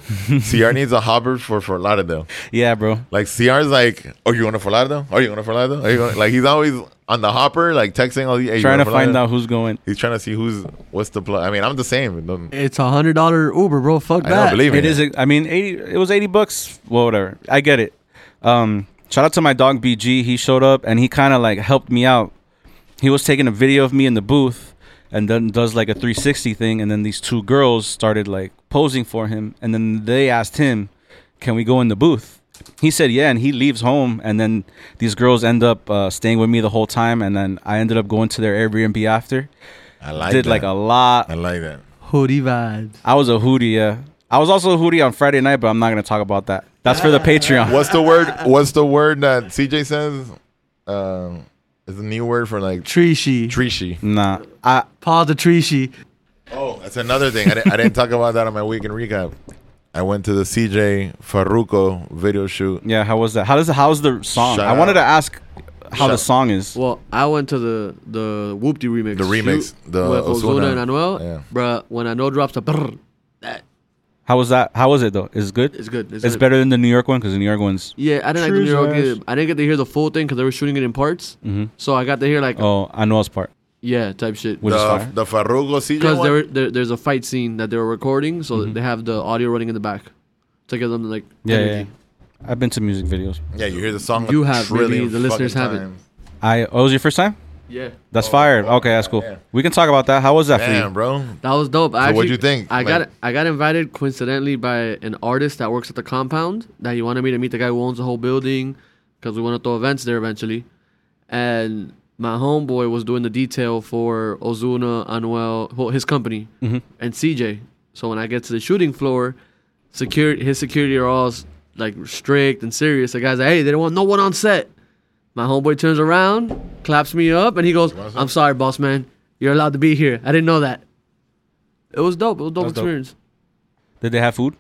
Speaker 2: CR needs a hopper for Fort Lauderdale.
Speaker 1: Yeah, bro.
Speaker 2: Like CR's like, oh, you want to Fort Lauderdale? Are you going to Fort Lauderdale? Are you going? Like he's always on the hopper, like texting all the. Hey, you
Speaker 1: Trying
Speaker 2: wanna
Speaker 1: to
Speaker 2: Fort
Speaker 1: find
Speaker 2: Lauderdale?
Speaker 1: out who's going.
Speaker 2: He's trying to see who's what's the plug. I mean, I'm the same. No,
Speaker 3: It's a hundred dollar Uber, bro. Fuck
Speaker 2: I don't
Speaker 3: that.
Speaker 2: believe
Speaker 1: It is. A, I mean, eighty. It was eighty bucks. Well, whatever. I get it. Um, shout out to my dog BG. He showed up and he kind of like helped me out. He was taking a video of me in the booth, and then does like a 360 thing. And then these two girls started like posing for him, and then they asked him, "Can we go in the booth?" He said, "Yeah," and he leaves home. And then these girls end up uh, staying with me the whole time, and then I ended up going to their Airbnb after.
Speaker 2: I like
Speaker 1: Did
Speaker 2: that.
Speaker 1: like a lot
Speaker 2: I like that.
Speaker 3: Hoodie vibes.
Speaker 1: I was a hootie, yeah. I was also a hootie on Friday night, but I'm not gonna talk about that. That's for the Patreon.
Speaker 2: What's the word? What's the word that CJ says? Um, is a new word for like
Speaker 3: Treeshy.
Speaker 2: treachy.
Speaker 1: Nah, I
Speaker 3: Paul the Treeshy.
Speaker 2: Oh, that's another thing. I didn't, I didn't talk about that on my weekend recap. I went to the CJ Farruko video shoot.
Speaker 1: yeah. How was that? How does how's the song?
Speaker 2: Shout
Speaker 1: I wanted
Speaker 2: out.
Speaker 1: to ask how the
Speaker 2: Shout-
Speaker 1: song is.
Speaker 3: Well, I went to the the Whoopty remix.
Speaker 2: The remix,
Speaker 3: shoot
Speaker 2: the
Speaker 3: with
Speaker 2: Ozuna.
Speaker 3: Ozuna and Anuel.
Speaker 2: Yeah.
Speaker 3: Bruh, when Anuel drops the brr, that
Speaker 1: How was that? How was it though? Is it good?
Speaker 3: is good.
Speaker 1: It's
Speaker 3: good.
Speaker 1: better than the New York one because the New York one's.
Speaker 3: Yeah, I didn't like the
Speaker 1: True
Speaker 3: New York.
Speaker 1: trash.
Speaker 3: either. I didn't get to hear the full thing because they were shooting it in parts. So I got to hear like
Speaker 1: Mm-hmm. Oh, I know it's part.
Speaker 3: yeah type shit.
Speaker 1: Which- is
Speaker 2: The,
Speaker 1: fire.
Speaker 2: the Farruko CJ
Speaker 3: Because
Speaker 2: one.
Speaker 3: there, were- there there's a fight scene that they were recording, so they have the audio running in the back to give them like
Speaker 1: Mm-hmm. Yeah, yeah, yeah.
Speaker 3: energy.
Speaker 1: I've been to music videos.
Speaker 2: yeah, you hear the song.
Speaker 3: You
Speaker 2: a
Speaker 3: have, maybe
Speaker 2: trillion
Speaker 3: the listeners
Speaker 2: fucking
Speaker 3: have it.
Speaker 2: times.
Speaker 1: I oh, it was your first time?
Speaker 3: yeah.
Speaker 1: That's fire. okay, that's cool.
Speaker 2: yeah.
Speaker 1: We can talk about that. How was that for
Speaker 2: Damn,
Speaker 1: you?
Speaker 2: bro.
Speaker 3: That was dope.
Speaker 2: So
Speaker 3: I
Speaker 2: what'd
Speaker 3: actually-
Speaker 2: you think?
Speaker 3: I got
Speaker 2: Like-
Speaker 3: I got invited coincidentally by an artist that works at the compound that he wanted me to meet the guy who owns the whole building because we want to throw events there eventually. And my homeboy was doing the detail for Ozuna, Anuel, well, his company, and CJ. So when I get to the shooting floor, security his security are all s- like strict and serious. The guy's like, "Hey, they don't want no one on set." My homeboy turns around, claps me up, and he goes,
Speaker 2: want some?
Speaker 3: "I'm sorry, boss man. You're allowed to be here. I didn't know that." It was dope. It was a dope
Speaker 1: That's dope.
Speaker 3: experience.
Speaker 1: Did they have food?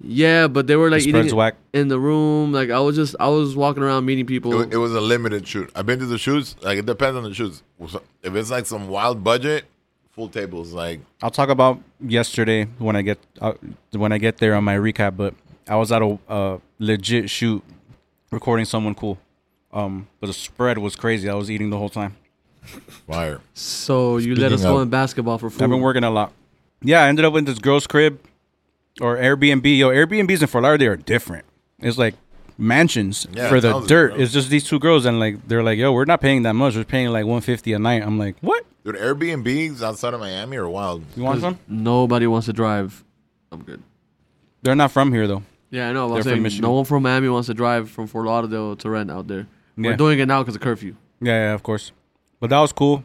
Speaker 3: Yeah, but they were like
Speaker 1: The
Speaker 3: eating
Speaker 1: spread's whack.
Speaker 3: in the room. Like I was just I was walking around meeting people.
Speaker 2: It, wa- it was a limited shoot. I've been to the shoots. Like it depends on the shoots. If it's like some wild budget, full tables. Like
Speaker 1: I'll talk about yesterday when I get uh, when I get there on my recap. But I was at a uh, legit shoot recording someone cool, um, but the spread was crazy. I was eating the whole time.
Speaker 2: fire.
Speaker 3: so you let us
Speaker 2: Speaking
Speaker 3: know
Speaker 2: of-
Speaker 3: in basketball for food.
Speaker 1: I've been working a lot. Yeah, I ended up in this girl's crib or Airbnb. Yo, Airbnbs in Fort Lauderdale are different. It's like mansions
Speaker 2: Yeah,
Speaker 1: for the
Speaker 2: thousands,
Speaker 1: dirt.
Speaker 2: bro.
Speaker 1: It's just these two girls and like they're like, yo, we're not paying that much. We're paying like one fifty a night. I'm like, what?
Speaker 2: Dude, Airbnbs outside of Miami are wild.
Speaker 1: You want some?
Speaker 3: Nobody wants to drive. I'm good.
Speaker 1: They're not from here though.
Speaker 3: Yeah, I know. but
Speaker 1: They're
Speaker 3: I'm
Speaker 1: from
Speaker 3: saying
Speaker 1: Michigan.
Speaker 3: no one from Miami wants to drive from Fort Lauderdale to rent out there. We're
Speaker 1: Yeah.
Speaker 3: doing it now because of curfew.
Speaker 1: Yeah, yeah, of course. But that was cool.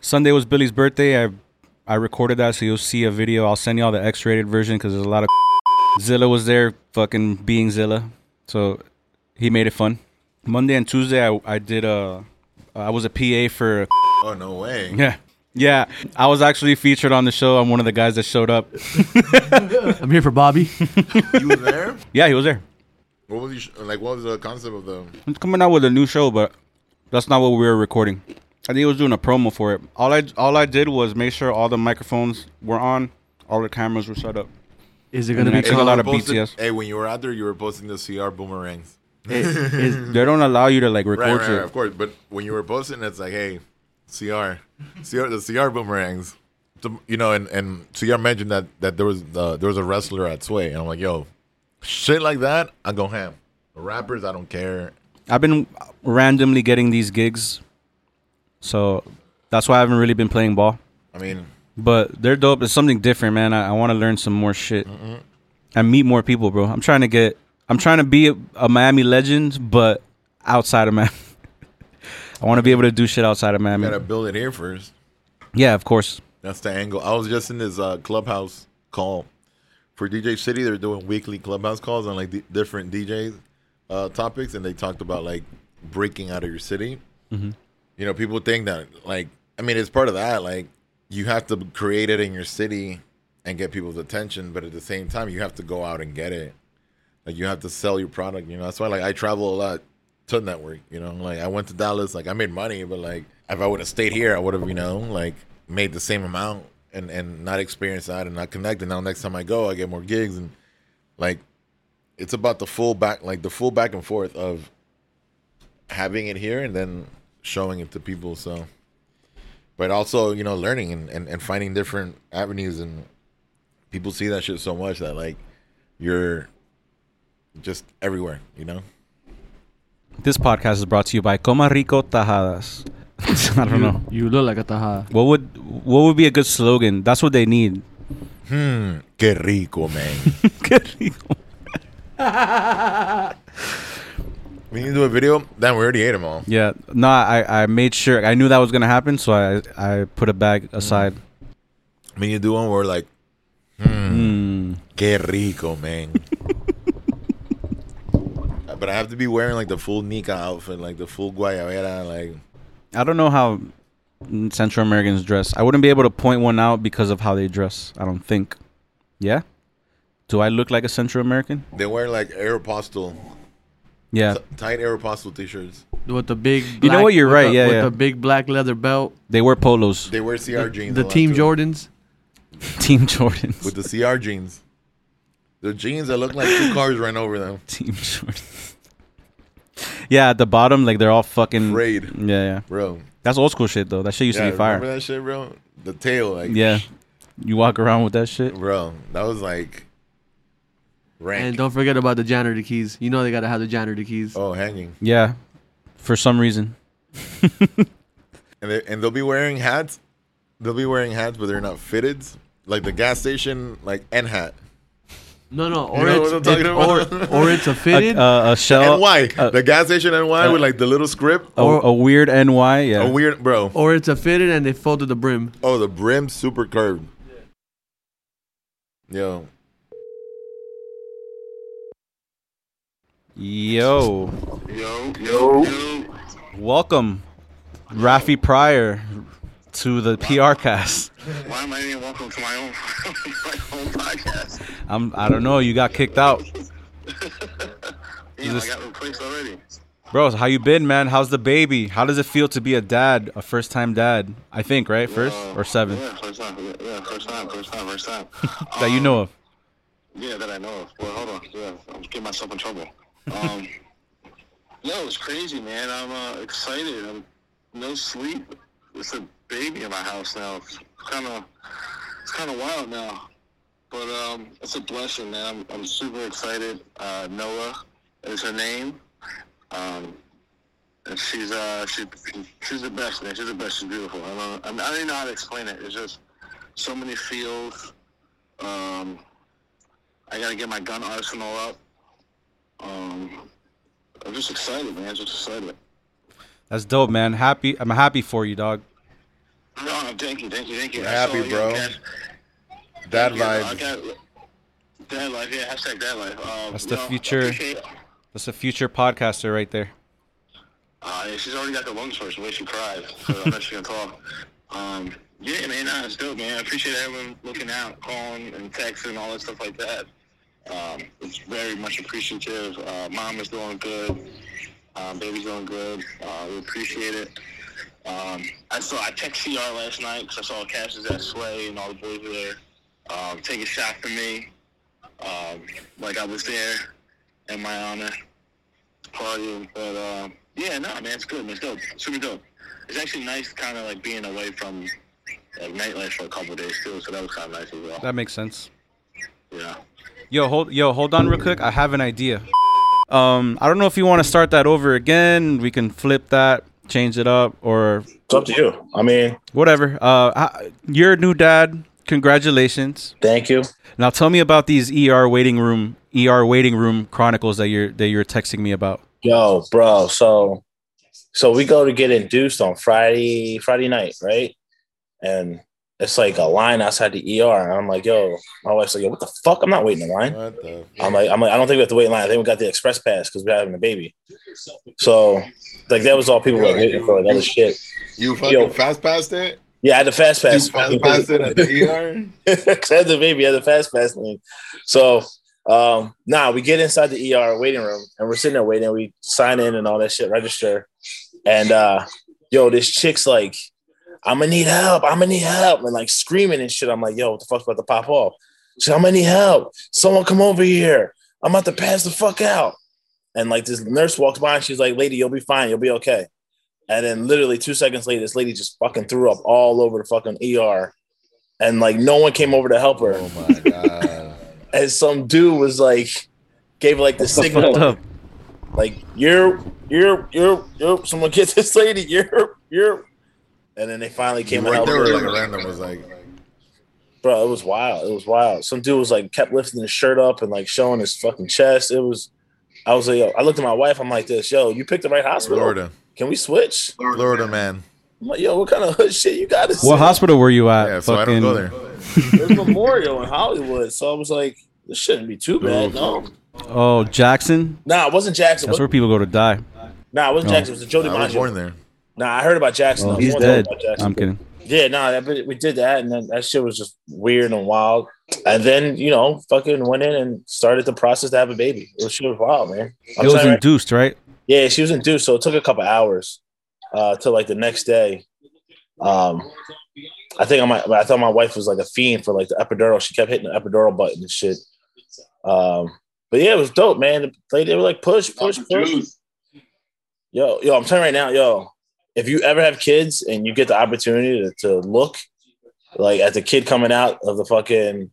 Speaker 1: Sunday was Billy's birthday. I I recorded that, so you'll see a video. I'll send y'all the X-rated version because there's a lot of Zilla was there, fucking being Zilla. So he made it fun. Monday and Tuesday, I I did a I was a PA for
Speaker 2: Oh no way.
Speaker 1: yeah yeah. I was actually featured on the show. I'm one of the guys that showed up.
Speaker 3: I'm here for Bobby.
Speaker 2: You were there?
Speaker 1: Yeah, he was there.
Speaker 2: What was you sh- like? What was the concept of the?
Speaker 1: It's coming out with a new show, but that's not what we were recording. I think he was doing a promo for it. All I all I did was make sure all the microphones were on, all the cameras were set up.
Speaker 3: Is it gonna
Speaker 1: And
Speaker 3: be
Speaker 1: then I took a lot
Speaker 3: calm?
Speaker 1: of
Speaker 2: Posted-
Speaker 1: BTS.
Speaker 2: Hey, when you were out there, you were posting the CR boomerangs.
Speaker 3: Is-
Speaker 1: They don't allow you to like
Speaker 2: Right,
Speaker 1: record
Speaker 2: right,
Speaker 1: your
Speaker 2: right, of course. But when you were posting, it's like, hey, CR, CR, the CR boomerangs. So, you know, and and CR mentioned that that there was uh, there was a wrestler at Sway, and I'm like, yo, shit like that, I go ham. Rappers, I don't care.
Speaker 1: I've been randomly getting these gigs, so that's why I haven't really been playing ball.
Speaker 2: I mean,
Speaker 1: But they're dope. It's something different, man. I, I want to learn some more shit
Speaker 2: Mm-hmm.
Speaker 1: and meet more people, bro. I'm trying to get. I'm trying to be a, a Miami legend, but outside of Miami. I want to be able to do shit outside of Miami.
Speaker 2: gotta build it here first.
Speaker 1: Yeah, of course.
Speaker 2: That's the angle. I was just in this uh, clubhouse call for DJ City. They're doing weekly clubhouse calls on like d- different DJs uh, topics, and they talked about like breaking out of your city. You know, people think that like I mean, it's part of that. Like you have to create it in your city and get people's attention, but at the same time, you have to go out and get it. Like you have to sell your product, you know. That's why like I travel a lot to network, you know. Like I went to Dallas, like I made money, but like if I would have stayed here, I would have, you know, like made the same amount and and not experienced that and not connected. Now next time I go, I get more gigs and like it's about the full back like the full back and forth of having it here and then showing it to people so but also you know learning and, and, and finding different avenues and people see that shit so much that like you're just everywhere you know
Speaker 1: This podcast is brought to you by Coma Rico Tajadas. I don't
Speaker 3: you,
Speaker 1: know.
Speaker 3: You look like a taja.
Speaker 1: What would what would be a good slogan? That's what they need.
Speaker 2: hmm que rico man
Speaker 1: Good Rico.
Speaker 2: we need to do a video then we already ate them all
Speaker 1: yeah. No, I, I made sure I knew that was gonna happen, so I I put a bag aside.
Speaker 2: we need to do one where like
Speaker 1: Mm.
Speaker 2: que rico man but i have to be wearing like the full nika outfit like the full guayabera like
Speaker 1: I don't know how Central Americans dress. I wouldn't be able to point one out because of how they dress. I don't think. Yeah. Do I look like a Central American?
Speaker 2: They wear like Aeropostale,
Speaker 1: Yeah.
Speaker 2: t- tight Aeropostale t-shirts.
Speaker 3: With the big.
Speaker 1: You know
Speaker 3: black-
Speaker 1: what, you're
Speaker 3: with
Speaker 1: right,
Speaker 3: the-
Speaker 1: yeah,
Speaker 3: With
Speaker 1: yeah.
Speaker 3: the big black leather belt.
Speaker 1: They wear polos.
Speaker 2: They wear CR jeans.
Speaker 3: The
Speaker 2: a lot,
Speaker 3: Team
Speaker 2: too.
Speaker 3: Jordans.
Speaker 1: Team Jordans.
Speaker 2: With the CR jeans. The jeans that look like two cars ran over them.
Speaker 1: Team Jordans. yeah, at the bottom, like they're all fucking.
Speaker 2: Frayed,
Speaker 1: Yeah, yeah.
Speaker 2: bro.
Speaker 1: That's old school shit though. That shit used to
Speaker 2: yeah,
Speaker 1: Mm. be fire.
Speaker 2: Remember that shit, bro? The tail, like,
Speaker 1: Yeah. You walk around with that shit.
Speaker 2: bro. That was like
Speaker 3: And
Speaker 2: rank.
Speaker 3: don't forget about the janitor keys. You know they gotta have the janitor keys.
Speaker 2: Oh, hanging.
Speaker 1: Yeah. For some reason.
Speaker 2: And they, and they'll be wearing hats. They'll be wearing hats, but they're not fitted. Like the gas station, like N hat.
Speaker 3: No, no,
Speaker 2: You
Speaker 3: or
Speaker 2: know what
Speaker 3: it's,
Speaker 2: I'm
Speaker 3: it-
Speaker 2: talking
Speaker 3: or, or it's a
Speaker 1: A, uh,
Speaker 3: fitted,
Speaker 1: a, a shell.
Speaker 2: NY.
Speaker 1: uh,
Speaker 2: the gas station NY with like the little script.
Speaker 1: A, a weird NY. Yeah.
Speaker 2: a weird, bro.
Speaker 3: or it's a fitted and they folded the brim.
Speaker 2: Oh, the brim super curved. Yo,
Speaker 1: Yo. Yo. Yo. Welcome, Rafi Pryor, to the PR cast.
Speaker 4: Why am I even welcome to my own, my own podcast?
Speaker 1: I'm. I don't know. You got kicked out,
Speaker 4: You know,
Speaker 1: This-
Speaker 4: I got replaced already.
Speaker 1: bro. How you been, man? How's the baby? How does it feel to be a dad, a first-time dad? I think right, first
Speaker 4: Uh,
Speaker 1: or seventh
Speaker 4: Yeah, first time. Yeah, yeah, first time. First time. First time.
Speaker 1: that you know of.
Speaker 4: Yeah, that I know of. Well, hold on. Yeah, I'm getting myself in trouble. Um, no, it's crazy, man. I'm uh, excited. I'm no sleep. It's a baby in my house now. It's kind of it's kind of wild now, but um, it's a blessing, man. I'm, I'm super excited. Uh, Noah is her name. Um, and she's uh, she, she's the best, man. She's the best. She's beautiful. I don't, I, mean, I don't even know how to explain it. It's just so many feels. Um, I gotta get my gun arsenal up. Um, I'm just excited, man. Just excited.
Speaker 1: That's dope, man. Happy. I'm happy for you, dog.
Speaker 4: No, no, thank you, thank you, thank you.
Speaker 2: We're
Speaker 4: That's
Speaker 2: happy,
Speaker 4: all, yeah,
Speaker 2: bro.
Speaker 4: guys.
Speaker 2: dad
Speaker 4: Yeah, no, I
Speaker 2: vibes.
Speaker 4: got- Dad life, yeah. Hashtag dad life. Um,
Speaker 1: That's
Speaker 4: you
Speaker 1: the
Speaker 4: know, I
Speaker 1: future.
Speaker 4: appreciate-
Speaker 1: That's a future podcaster right there.
Speaker 4: Uh, yeah, she's already got the lungs first. The way she cried, so I'm not gonna talk. Um, yeah, man, nah, it's dope, man. I appreciate everyone looking out, calling, and texting, all that stuff like that. Um, it's very much appreciative. Uh, mom is doing good. Um, baby's doing good. Uh, we appreciate it. Um, I saw I text CR last night because I saw Cassius at Sway and all the boys were there. Um, take a shot for me, um, like I was there in my honor partying. But um, yeah, no, man, it's good. Man. It's dope. Super dope. It's actually nice, kind of like being away from like nightlife for a couple of days too. So that was kind of nice as well.
Speaker 1: That makes sense.
Speaker 4: yeah.
Speaker 1: Yo, hold yo, hold on real quick. I have an idea. Um, I don't know if you want to start that over again. We can flip that, change it up, or
Speaker 5: It's up to you. I mean,
Speaker 1: whatever. Uh, I- you're a new dad. Congratulations.
Speaker 5: thank you.
Speaker 1: Now tell me about these ER waiting room ER waiting room chronicles that you're that you're texting me about.
Speaker 5: Yo, bro. So, so we go to get induced on Friday, Friday night, right? And it's like a line outside the ER. And I'm like, yo, my wife's like, yo, what the fuck? I'm not waiting in line.
Speaker 2: What the?
Speaker 5: I'm like, I'm like, I don't think we have to wait in line. I think we got the express pass because we're having a baby. So, like, that was all people were waiting for. Like, other shit.
Speaker 2: You fucking
Speaker 5: Yo.
Speaker 2: fast passed it?
Speaker 5: Yeah, I had the fast
Speaker 2: You
Speaker 5: pass.
Speaker 2: fast passed it at the ER?
Speaker 5: Cause I had the baby, I had the fast pass lane. So Um, now nah, we get inside the ER waiting room and we're sitting there waiting. We sign in and all that shit, register. And uh, yo, this chick's like, I'm gonna need help. I'm gonna need help. And like screaming and shit. I'm like, yo, what the fuck's about to pop off? She's like, I'm gonna need help. Someone come over here. I'm about to pass the fuck out. And like this nurse walks by and she's like, lady, you'll be fine. You'll be okay. And then literally two seconds later, this lady just fucking threw up all over the fucking ER. And like no one came over to help her.
Speaker 2: Oh my god.
Speaker 5: and some dude was like gave like the
Speaker 1: Fucked
Speaker 5: signal
Speaker 1: up.
Speaker 5: like you're you're you're you're someone get this lady you're you're and then they finally came
Speaker 2: right
Speaker 5: out
Speaker 2: there, like random was like,
Speaker 5: bro it was wild it was wild some dude was like kept lifting his shirt up and like showing his fucking chest it was i was like yo i looked at my wife i'm like this yo you picked the right hospital
Speaker 2: Florida,
Speaker 5: can we switch
Speaker 2: Florida man.
Speaker 5: i'm like yo what kind of hood shit you got to
Speaker 1: What hospital were you at?
Speaker 2: Yeah, so I don't go there.
Speaker 5: there's memorial in hollywood so i was like this shouldn't be too bad no
Speaker 1: Oh, Jackson.
Speaker 5: nah it wasn't jackson
Speaker 1: That's where people go to die.
Speaker 5: nah it wasn't
Speaker 1: No.
Speaker 5: jackson it was the jody
Speaker 2: I was
Speaker 5: Maggio.
Speaker 2: born there.
Speaker 5: Nah, I heard about Jackson. I
Speaker 1: Oh,
Speaker 5: was
Speaker 1: he's
Speaker 5: wondering
Speaker 1: dead.
Speaker 5: about Jackson.
Speaker 1: I'm kidding.
Speaker 5: Yeah, no, that, but we did that, and then that shit was just weird and wild. And then you know, fucking went in and started the process to have a baby. It was, shit was wild, man.
Speaker 1: It
Speaker 5: I'm
Speaker 1: was
Speaker 5: telling you,
Speaker 1: induced, right?
Speaker 5: yeah, she was induced, so it took a couple hours uh, till like the next day. Um, I think I might. I thought my wife was like a fiend for like the epidural. She kept hitting the epidural button and shit. Um, but yeah, it was dope, man. They, they were like push, push, push. Yo, yo, I'm telling you right now, yo, if you ever have kids and you get the opportunity to, to look like at the kid coming out of the fucking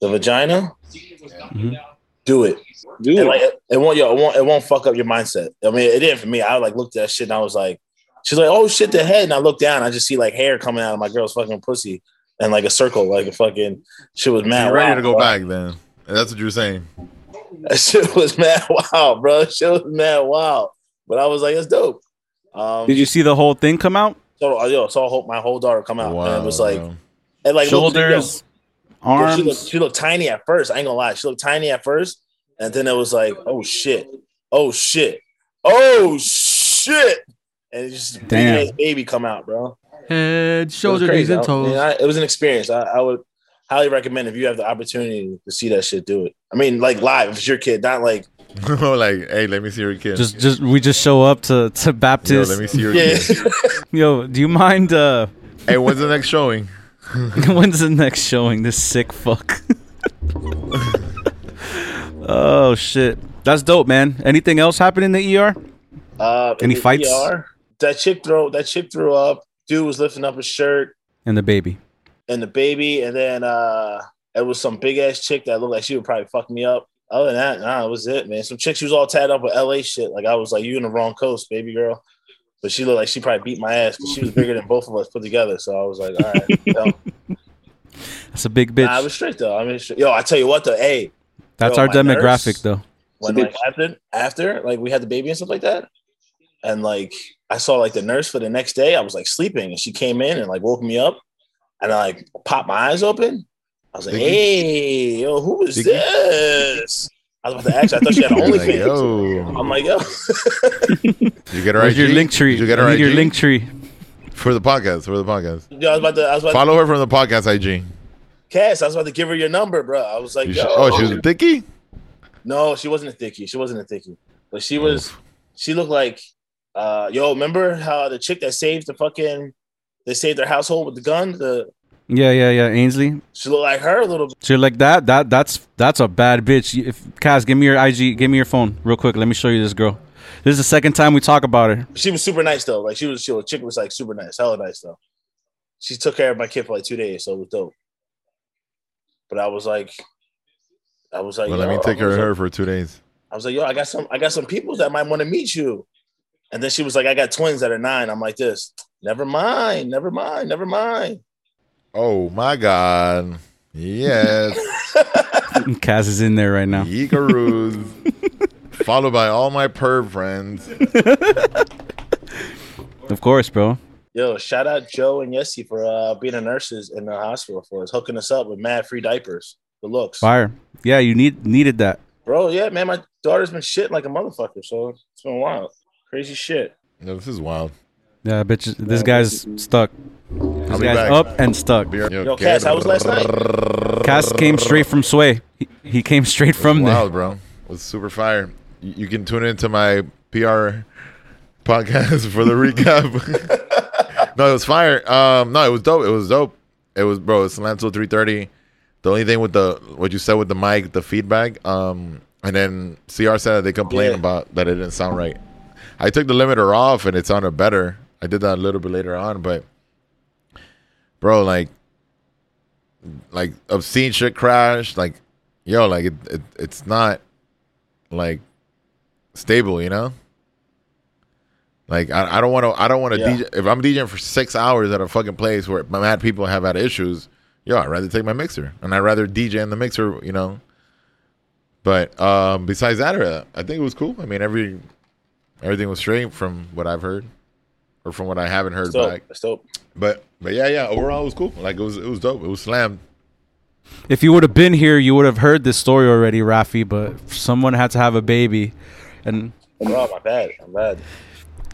Speaker 5: the vagina,
Speaker 2: Mm-hmm.
Speaker 1: Mhm.
Speaker 5: do it.
Speaker 6: Dude,
Speaker 5: And like it, it won't yo, it won't it won't fuck up your mindset. I mean, it didn't for me. I like looked at that shit and I was like, she's like, oh shit, the head. And I looked down, I just see like hair coming out of my girl's fucking pussy and like a circle, like a fucking she was mad.
Speaker 2: You're ready
Speaker 5: wild,
Speaker 2: to go
Speaker 5: bro.
Speaker 2: back then. That's what you were saying.
Speaker 5: That shit was mad wild, bro. Shit was mad wild. But I was like, it's dope. Um,
Speaker 1: Did you see the whole thing come out?
Speaker 5: So uh, yo, so I hope my whole daughter come out, and it was like,
Speaker 2: bro.
Speaker 5: and like looked-
Speaker 1: Shoulders,
Speaker 5: yo, yo,
Speaker 1: arms.
Speaker 5: she looked she looked tiny at first. I ain't gonna lie, she looked tiny at first, and then it was like, oh shit, oh shit, oh shit, and it's just
Speaker 1: Damn.
Speaker 5: big ass baby come out, bro.
Speaker 3: Head, shoulder,
Speaker 5: it
Speaker 3: knees,
Speaker 5: was crazy.
Speaker 3: and
Speaker 5: I- I
Speaker 3: toes.
Speaker 5: mean, I- it was an experience. I, I would highly recommend if you have the opportunity to see that shit, do it. I mean, like live if it's your kid, not like
Speaker 2: like, hey, let me see your kid.
Speaker 1: just, just we just show up to to
Speaker 2: Yo,
Speaker 1: Baptist.
Speaker 2: let me see your
Speaker 5: yeah.
Speaker 2: kid.
Speaker 1: Yo, do you mind? uh
Speaker 2: Hey, when's the next showing?
Speaker 1: When's the next showing? This sick fuck. oh shit, that's dope, man. Anything else happen in the ER?
Speaker 5: uh, in
Speaker 1: Any
Speaker 5: the
Speaker 1: fights?
Speaker 5: ER, that chick throw that chick threw up. Dude was lifting up his shirt.
Speaker 1: And the baby.
Speaker 5: and the baby, and then uh it was some big ass chick that looked like she would probably fuck me up. Other than that, nah, it was it, man. Some chick she was all tied up with LA shit. Like I was like, you in the wrong coast, baby girl. But she looked like she probably beat my ass because she was bigger than both of us put together. So I was like, all right, yo.
Speaker 1: That's a big bitch.
Speaker 5: Nah, I was strict though. I mean, strict. yo, I tell you what though, hey,
Speaker 1: that's
Speaker 5: yo,
Speaker 1: our
Speaker 5: my
Speaker 1: demographic,
Speaker 5: nurse-
Speaker 1: though.
Speaker 5: when
Speaker 6: It's a
Speaker 5: like after after like we had the baby and stuff like that, and like I saw like the nurse for the next day. I was like sleeping, and she came in and like woke me up, and I like popped my eyes open. I was like,
Speaker 2: Did you-
Speaker 5: "Hey, yo, who is
Speaker 2: Did you-
Speaker 5: this?" I was about to ask. her. I thought she had an
Speaker 2: Like,
Speaker 5: OnlyFans.
Speaker 2: yo,
Speaker 5: I'm like, yo,
Speaker 2: Did you get her
Speaker 1: Where's your
Speaker 2: IG?
Speaker 1: link tree?
Speaker 2: Did You get her
Speaker 1: I need your
Speaker 2: IG?
Speaker 1: link tree.
Speaker 2: for the podcast. For the podcast.
Speaker 5: yo, I was about to, I was about to,
Speaker 2: Follow her from the podcast IG.
Speaker 5: Cass, I was about to give her your number, bro. I was like,
Speaker 2: You
Speaker 5: yo,
Speaker 2: should- oh, she was a thicky.
Speaker 5: no, she wasn't a thicky. She wasn't a thicky, but she was. She looked like, uh, yo, remember how the chick that saved the fucking, they saved their household with the gun, the
Speaker 1: Yeah, yeah, yeah. Ainsley.
Speaker 5: She looked like her a little bit.
Speaker 1: So you're like that. That that's that's a bad bitch. You- If Kaz, give me your IG, give me your phone real quick. Let me show you this girl. This is the second time we talk about her.
Speaker 5: She was super nice though. Like she was, she was chick was like super nice, hella nice though. She took care of my kid for like two days, so it was dope. But I was like, I was like,
Speaker 2: Well, let
Speaker 5: yo,
Speaker 2: me take
Speaker 5: I
Speaker 2: care
Speaker 5: was
Speaker 2: of
Speaker 5: like-
Speaker 2: her for two days.
Speaker 5: I was like, yo, I got some, I got some people that might want to meet you. And then she was like, I got twins that are nine. I'm like, this. Never mind, never mind, never mind.
Speaker 2: Oh my God. Yes.
Speaker 1: Kaz is in there right now.
Speaker 2: Yeekaroos. Followed by all my perv friends.
Speaker 1: Of course, bro.
Speaker 5: Yo, shout out Joe and Yessie for uh, being the nurses in the hospital for us, hooking us up with mad free diapers. Good looks.
Speaker 1: Fire. Yeah, you need needed that.
Speaker 5: Bro, yeah, man, my daughter's been shitting like a motherfucker, so it's been wild. Crazy shit.
Speaker 2: No, this is wild.
Speaker 1: Yeah, bitch. This guy's stuck. This
Speaker 2: be
Speaker 1: guy's
Speaker 2: back.
Speaker 1: up and stuck.
Speaker 2: Be right-
Speaker 5: Yo, Cass, how was last night?
Speaker 1: Cass came straight from Sway. He, he He came straight from there.
Speaker 2: Wow, bro. It was super fire. You, you can tune into my PR podcast for the recap. no, it was fire. Um, no, it was dope. It was dope. It was bro, it's Lanzo three thirty. The only thing with the what you said with the mic, the feedback, um, and then CR said that they complained
Speaker 5: Yeah.
Speaker 2: about that it didn't sound right. I took the limiter off and it sounded better. I did that a little bit later on, but bro, like like obscene shit crashed, like yo, like it, it it's not like stable, you know? Like I, I don't want to I don't want to
Speaker 5: Yeah.
Speaker 2: DJ if I'm DJing for six hours at a fucking place where mad people have had issues. Yo, I'd rather take my mixer and I'd rather DJ in the mixer, you know. But um, besides that, uh, I think it was cool. I mean, every everything was straight from what I've heard or from what I haven't heard
Speaker 5: It's dope.
Speaker 2: back.
Speaker 5: It's dope.
Speaker 2: But but yeah, yeah. Overall, it was cool. Like it was it was dope. It was slammed.
Speaker 1: If you would have been here, you would have heard this story already, Rafi. But someone had to have a baby, and
Speaker 5: Bro, my bad. I'm bad.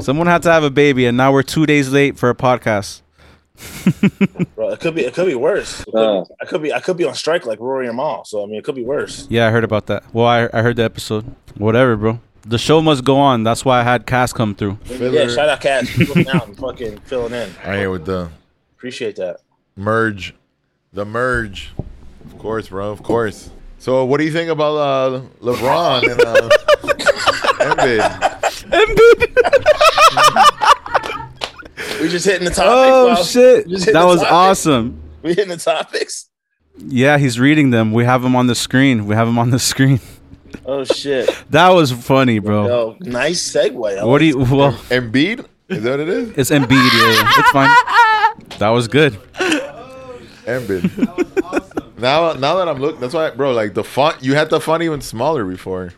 Speaker 1: someone had to have a baby, and now we're two days late for a podcast.
Speaker 5: Bro, it could be. It could be worse. It could be-
Speaker 4: Uh.
Speaker 5: I could be. I could be on strike like Rory and Ma. So I mean, it could be worse.
Speaker 1: Yeah, I heard about that. Well, I, I heard the episode. Whatever, bro. The show must go on. That's why I had Cass come through.
Speaker 5: Yeah.
Speaker 2: Filler.
Speaker 5: Shout out, Cat. Looking out and fucking filling in.
Speaker 2: I here with the
Speaker 5: Appreciate that.
Speaker 2: merge, the merge. Of course, bro. Of course. So what do you think about uh, LeBron and uh, Embiid?
Speaker 5: We just hitting the topics.
Speaker 1: Oh
Speaker 5: wow.
Speaker 1: shit,
Speaker 5: Just hit
Speaker 1: that
Speaker 5: the
Speaker 1: was
Speaker 5: topic.
Speaker 1: awesome.
Speaker 5: We hitting the topics.
Speaker 1: Yeah, he's reading them. We have him on the screen. We have him on the screen.
Speaker 5: Oh shit.
Speaker 1: That was funny, bro.
Speaker 5: Yo, nice segue. I
Speaker 1: What do
Speaker 5: like
Speaker 1: you? Well,
Speaker 2: Embiid? Is that what it is?
Speaker 1: it's Embiid. Yeah, yeah. it's fine. That was good.
Speaker 2: Embiid. Now now that I'm looking, that's why, bro. Like the font, you had the font even smaller before.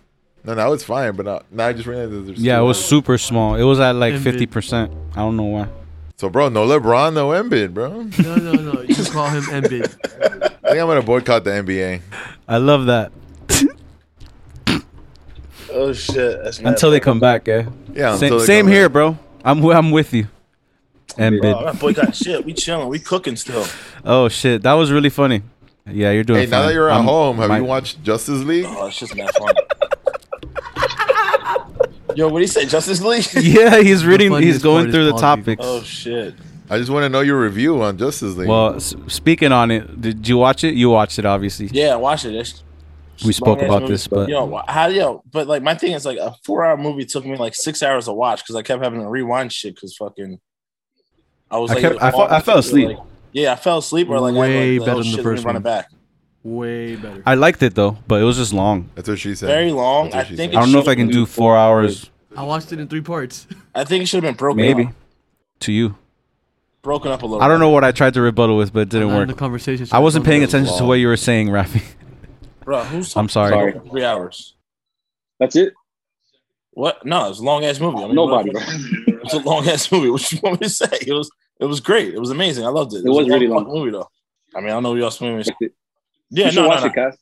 Speaker 2: No, now it's fine. But uh, now, now I just realized that there's
Speaker 1: Yeah, it
Speaker 2: two.
Speaker 1: was super small. It was at like
Speaker 3: Embiid.
Speaker 1: fifty percent. I don't know why.
Speaker 2: So, bro, no LeBron, no Embiid, bro. I think
Speaker 3: No, no, no. You just call him Embiid.
Speaker 2: I'm gonna boycott the NBA.
Speaker 1: I love that.
Speaker 5: it. Oh shit. That's mad,
Speaker 1: Until they
Speaker 5: bro.
Speaker 1: come back, yeah.
Speaker 2: Yeah,
Speaker 1: Same,
Speaker 2: until they
Speaker 1: same
Speaker 2: come
Speaker 1: here,
Speaker 2: back.
Speaker 1: bro. I'm wi- I'm with you.
Speaker 5: Bro, I'm
Speaker 1: Embiid.
Speaker 5: not boycotting shit. We chilling. We cooking still.
Speaker 1: Oh shit, that was really funny. Yeah, you're doing.
Speaker 2: Hey, now
Speaker 1: fine.
Speaker 2: that you're at
Speaker 1: I'm-
Speaker 2: home, have you
Speaker 1: my-
Speaker 2: watched Justice League?
Speaker 5: Oh, it's just mad fun. Yo, what do you say, Justice League?
Speaker 1: Yeah, he's reading.
Speaker 3: funniest
Speaker 1: He's going
Speaker 3: part
Speaker 1: through
Speaker 3: is
Speaker 1: the
Speaker 3: all of you.
Speaker 1: topics.
Speaker 5: oh shit.
Speaker 2: I just want to know your review on Justice League.
Speaker 1: Well, s- speaking on it, did you watch it? You watched it, obviously.
Speaker 5: Yeah, watch it. It's-
Speaker 1: We spoke
Speaker 5: long-ass
Speaker 1: about
Speaker 5: movie.
Speaker 1: this, but
Speaker 5: yo, wh- how yo? But like, my thing is like a four-hour movie took me like six hours to watch because I kept having to rewind shit because fucking. I was
Speaker 1: I
Speaker 5: like,
Speaker 1: kept- I
Speaker 5: all-
Speaker 1: fe- I fell asleep.
Speaker 5: like- yeah, I fell asleep or like
Speaker 3: Way
Speaker 5: I like,
Speaker 3: better than the
Speaker 5: shit, let me
Speaker 3: first
Speaker 5: run
Speaker 3: one.
Speaker 5: it back.
Speaker 3: Way better.
Speaker 1: I liked it though. But it was just long.
Speaker 2: That's what she said.
Speaker 5: Very long.
Speaker 2: That's what
Speaker 5: I
Speaker 2: she
Speaker 5: think.
Speaker 2: said.
Speaker 1: I
Speaker 5: it
Speaker 1: don't know if I
Speaker 5: should've
Speaker 1: can
Speaker 5: been-
Speaker 1: do four hours.
Speaker 3: I watched it in three parts.
Speaker 5: I think it should have been broken.
Speaker 1: Maybe
Speaker 5: up,
Speaker 1: to you.
Speaker 5: broken up a little.
Speaker 1: I don't
Speaker 5: bit.
Speaker 1: know what I tried to rebuttal with, but it didn't
Speaker 3: Not in
Speaker 1: work.
Speaker 3: the conversation.
Speaker 1: I wasn't paying attention to
Speaker 2: long.
Speaker 1: what you were saying, Rafi.
Speaker 5: bro. Who's
Speaker 1: I'm sorry.
Speaker 5: talking about Three hours.
Speaker 4: That's it.
Speaker 5: What? No, it's a long ass movie. I mean,
Speaker 4: Nobody, bro.
Speaker 5: what- It's a long ass movie. What you want me to say? It was. It was great. It was amazing. I loved it. It,
Speaker 4: was
Speaker 5: a
Speaker 4: really
Speaker 5: long
Speaker 4: long.
Speaker 5: fucking movie though. I mean, I know y'all swimming.
Speaker 4: it.
Speaker 5: Yeah,
Speaker 4: you should
Speaker 5: no, no,
Speaker 4: watch
Speaker 5: no.
Speaker 4: it, Cass.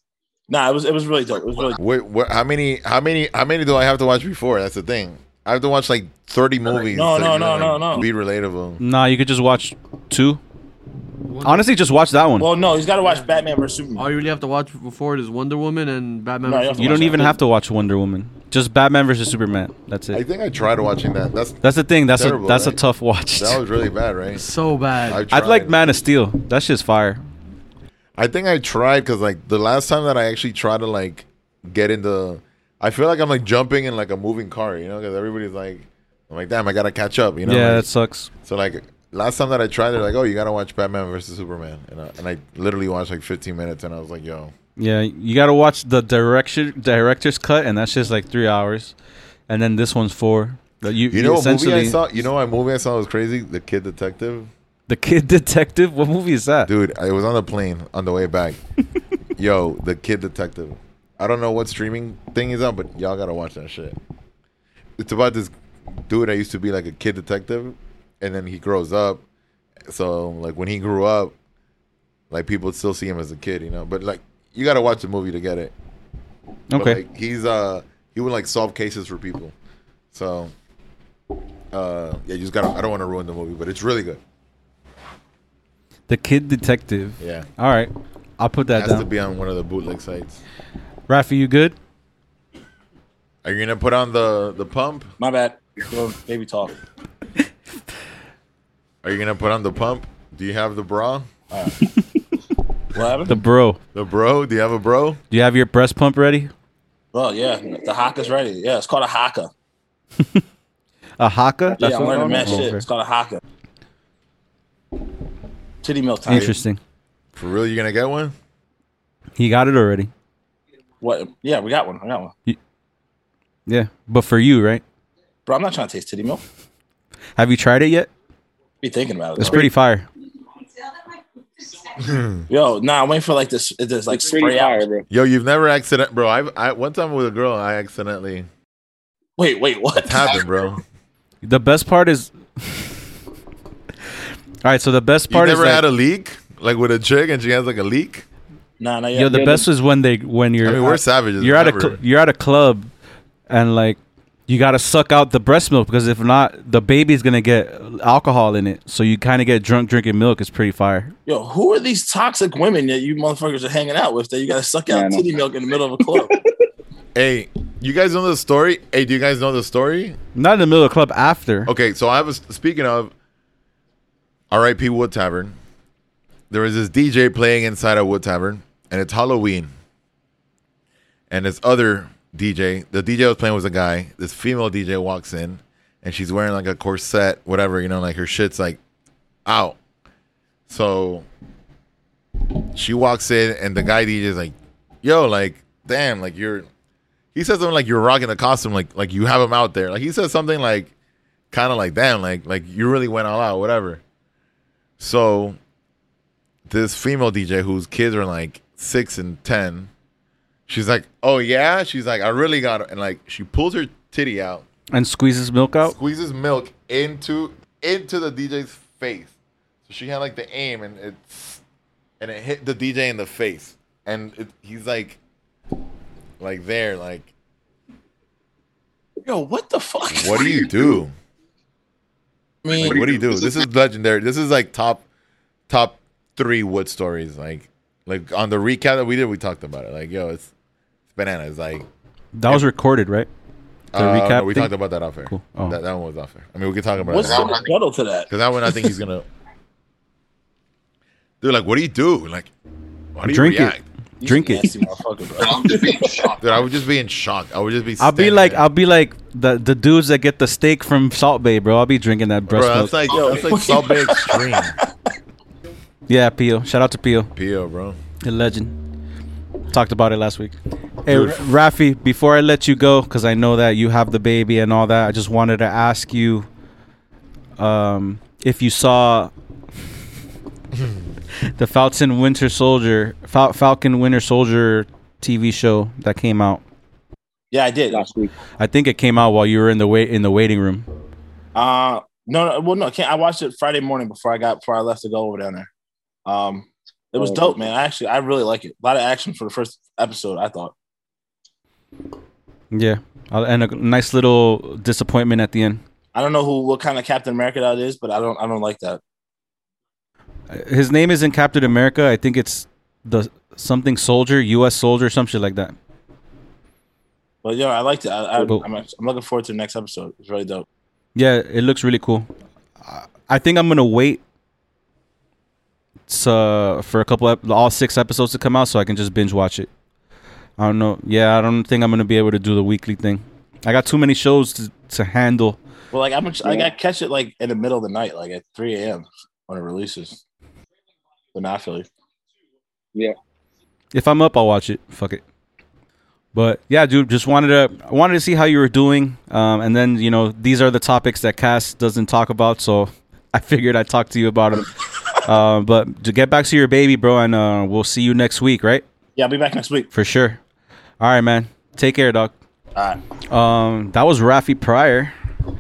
Speaker 5: Nah, it was it was really dope. It was really
Speaker 2: Wait, what, how many? How many? How many do I have to watch before? That's the thing. I have to watch like thirty movies.
Speaker 5: No,
Speaker 2: to
Speaker 5: no, no,
Speaker 2: really
Speaker 5: no, no.
Speaker 2: Be relatable.
Speaker 1: Nah, you could just watch two. Honestly, just watch that one.
Speaker 5: well. No, he's got to watch Batman vs Superman.
Speaker 3: All you really have to watch before it is Wonder Woman and Batman.
Speaker 5: No,
Speaker 3: versus
Speaker 5: you have
Speaker 1: You
Speaker 5: watch
Speaker 1: don't
Speaker 5: that.
Speaker 1: even have to watch Wonder Woman. Just Batman versus Superman. That's
Speaker 2: I
Speaker 1: it.
Speaker 2: think I tried watching that. That's
Speaker 1: That's the thing. That's
Speaker 2: Terrible,
Speaker 1: a that's a
Speaker 2: right?
Speaker 1: tough watch.
Speaker 2: that was really bad, right?
Speaker 3: So bad.
Speaker 2: I
Speaker 1: I'd like
Speaker 2: tried.
Speaker 1: Man of Steel. That shit's fire.
Speaker 2: I think I tried because like the last time that I actually tried to like get into, I feel like I'm like jumping in like a moving car, you know, because everybody's like, I'm like, damn, I gotta catch up, you know.
Speaker 1: yeah, that
Speaker 2: like-
Speaker 1: sucks.
Speaker 2: so like last time that I tried, they're like, oh, you gotta watch Batman versus Superman, and I, and I literally watched like 15 minutes, and I was like, yo,
Speaker 1: Yeah, you gotta watch the direction director's cut, and that's just like three hours, and then this one's four. That you,
Speaker 2: you know what movie
Speaker 1: essentially
Speaker 2: I saw? You know what movie I saw was crazy? The Kid Detective.
Speaker 1: the Kid Detective. What movie is that?
Speaker 2: Dude, I was on the plane on the way back. Yo, the Kid Detective. I don't know what streaming thing is on, but y'all gotta watch that shit. It's about this dude that used to be like a kid detective, and then he grows up. So like when he grew up, like people still see him as a kid, you know. But like you gotta watch the movie to get it. But,
Speaker 1: okay,
Speaker 2: like, he's uh he would like solve cases for people. So uh yeah, you just gotta. I don't want to ruin the movie, but it's really good.
Speaker 1: the Kid Detective.
Speaker 2: Yeah,
Speaker 1: All right, I'll put that
Speaker 2: has to
Speaker 1: down.
Speaker 2: be on one of the bootleg sites.
Speaker 1: Rafi, you good?
Speaker 2: Are you gonna put on the the pump?
Speaker 5: My bad. Yo, baby talk.
Speaker 2: Are you gonna put on the pump? Do you have the bra?
Speaker 5: What happened?
Speaker 1: The bro.
Speaker 2: The bro? Do you have a bro?
Speaker 1: Do you have your breast pump ready?
Speaker 5: oh yeah, the haka's ready. Yeah, it's called a haka.
Speaker 1: A haka?
Speaker 5: Yeah, I'm learning that
Speaker 1: Oh,
Speaker 5: shit.
Speaker 1: okay.
Speaker 5: It's called a haka. Titty milk time.
Speaker 1: Interesting.
Speaker 2: For real, you gonna get one?
Speaker 1: He got it already.
Speaker 5: What? Yeah, we got one. I got one.
Speaker 1: Yeah, but for you, right?
Speaker 5: Bro, I'm not trying to taste titty milk.
Speaker 1: Have you tried it yet?
Speaker 5: Be thinking about it.
Speaker 1: It's
Speaker 5: though.
Speaker 1: pretty fire.
Speaker 5: Yo, nah, I'm waiting for like this. This like
Speaker 6: It's pretty
Speaker 5: spray
Speaker 6: fire,
Speaker 5: out.
Speaker 6: bro.
Speaker 2: Yo, you've never accident, bro. I've I one time with a girl, I accidentally
Speaker 5: Wait, wait, what?
Speaker 2: happened, bro.
Speaker 1: The best part is. All right, so the best
Speaker 2: You
Speaker 1: part is
Speaker 2: never
Speaker 1: like,
Speaker 2: had a leak, like with a chick, and she has like a leak.
Speaker 5: Nah, nah, yeah.
Speaker 1: yo, the
Speaker 6: Yeah,
Speaker 1: best is when they when you're
Speaker 2: I mean, we're savages.
Speaker 1: you're at a
Speaker 2: whatever.
Speaker 1: cl- you're at a club, and like you gotta suck out the breast milk because if not, the baby's gonna get alcohol in it. So you kind of get drunk drinking milk. It's pretty fire.
Speaker 5: Yo, who are these toxic women that you motherfuckers are hanging out with that you gotta suck
Speaker 6: Yeah, I
Speaker 5: out
Speaker 6: know.
Speaker 5: titty milk in the middle of a club?
Speaker 2: Hey, you guys know the story? Hey, do you guys know the story?
Speaker 1: Not in the middle of the club after.
Speaker 2: Okay, so I was speaking of R.I.P. Wood Tavern. There was this DJ playing inside a Wood Tavern, and it's Halloween. And this other DJ, the DJ I was playing was a guy. This female DJ walks in, and she's wearing like a corset, whatever, you know, like her shit's like out. So she walks in, and the guy DJ is like, "Yo, like, damn, like you're." He says something like, "You're rocking the costume, like, like you have him out there." Like he says something like, kind of like damn like like you really went all out whatever so this female dj whose kids are like six and ten she's like oh yeah she's like i really got it and like she pulls her titty out
Speaker 1: And squeezes milk out.
Speaker 2: squeezes milk into into the dj's face so she had like the aim and it's and it hit the dj in the face and it, he's like like there like
Speaker 5: Yo, what the fuck?
Speaker 2: what do you do
Speaker 5: I mean,
Speaker 2: Like, what do you do? This is legendary. This is like top top three wood stories. Like like on the recap that we did, we talked about it. Like yo, it's, it's bananas. Like
Speaker 1: That was recorded, right? The
Speaker 2: uh,
Speaker 1: recap.
Speaker 2: no, we
Speaker 1: thing?
Speaker 2: talked about that off air.
Speaker 1: Cool. Oh.
Speaker 2: That, that one was off air. I mean, we could talk about
Speaker 5: What's
Speaker 2: it
Speaker 5: the rebuttal to that?
Speaker 2: because that one I think he's gonna. Dude, like, what do you do? Like, how do you
Speaker 1: Drink it.
Speaker 2: react?
Speaker 5: You
Speaker 1: Drink it.
Speaker 5: nasty motherfucker, bro.
Speaker 4: I'm just being shocked.
Speaker 2: Dude, I would just be in shock. I would just be.
Speaker 1: I'll be
Speaker 2: standing
Speaker 1: like,
Speaker 2: there.
Speaker 1: I'll be like the the dudes that get the steak from Salt Bay, bro. I'll be drinking that breast
Speaker 2: bro,
Speaker 1: milk.
Speaker 2: that's like, yo, that's like Salt Bay Extreme.
Speaker 1: yeah, Pio. Shout out to Pio,
Speaker 2: P.O., bro.
Speaker 1: the legend. Talked about it last week. Hey, Rafi, before I let you go, because I know that you have the baby and all that, I just wanted to ask you, um, if you saw the Falcon Winter Soldier, Fal- Falcon Winter Soldier TV show that came out.
Speaker 5: Yeah, I did.
Speaker 6: Last week.
Speaker 1: I think it came out while you were in the wait in the waiting room.
Speaker 5: Uh no, no well no, can't I watched it Friday morning before I got before I left to go over down there. Um it was
Speaker 6: Oh.
Speaker 5: dope, man. I actually I really like it. A lot of action for the first episode, I thought.
Speaker 1: Yeah, Uh, and a nice little disappointment at the end.
Speaker 5: I don't know who what kind of Captain America that is, but I don't I don't like that.
Speaker 1: Uh, His name is in Captain America. I think it's the something soldier, U.S. soldier, some shit like that.
Speaker 5: But yo, I liked it. I, I,
Speaker 1: Cool.
Speaker 5: I'm, I'm looking forward to the next episode. It's really dope.
Speaker 1: Yeah, it looks really cool. I- I think I'm gonna wait to, for a couple ep- all six episodes to come out so I can just binge watch it. I don't know. Yeah, I don't think I'm gonna be able to do the weekly thing. I got too many shows to, to handle.
Speaker 5: Well, like I'm ex- like, I catch it like in the middle of the night, like at 3 a.m. when it releases. But not Philly.
Speaker 1: if I'm up, I'll watch it. Fuck it. But yeah, dude, just wanted to I wanted to see how you were doing, um, and then you know these are the topics that Cass doesn't talk about, so I figured I'd talk to you about them. uh, but to get back to your baby, bro, and uh, we'll see you next week, right?
Speaker 5: Yeah, I'll be back next week.
Speaker 1: For sure. All right, man. Take care, dog.
Speaker 5: All right.
Speaker 1: Um, that was Rafi Pryor.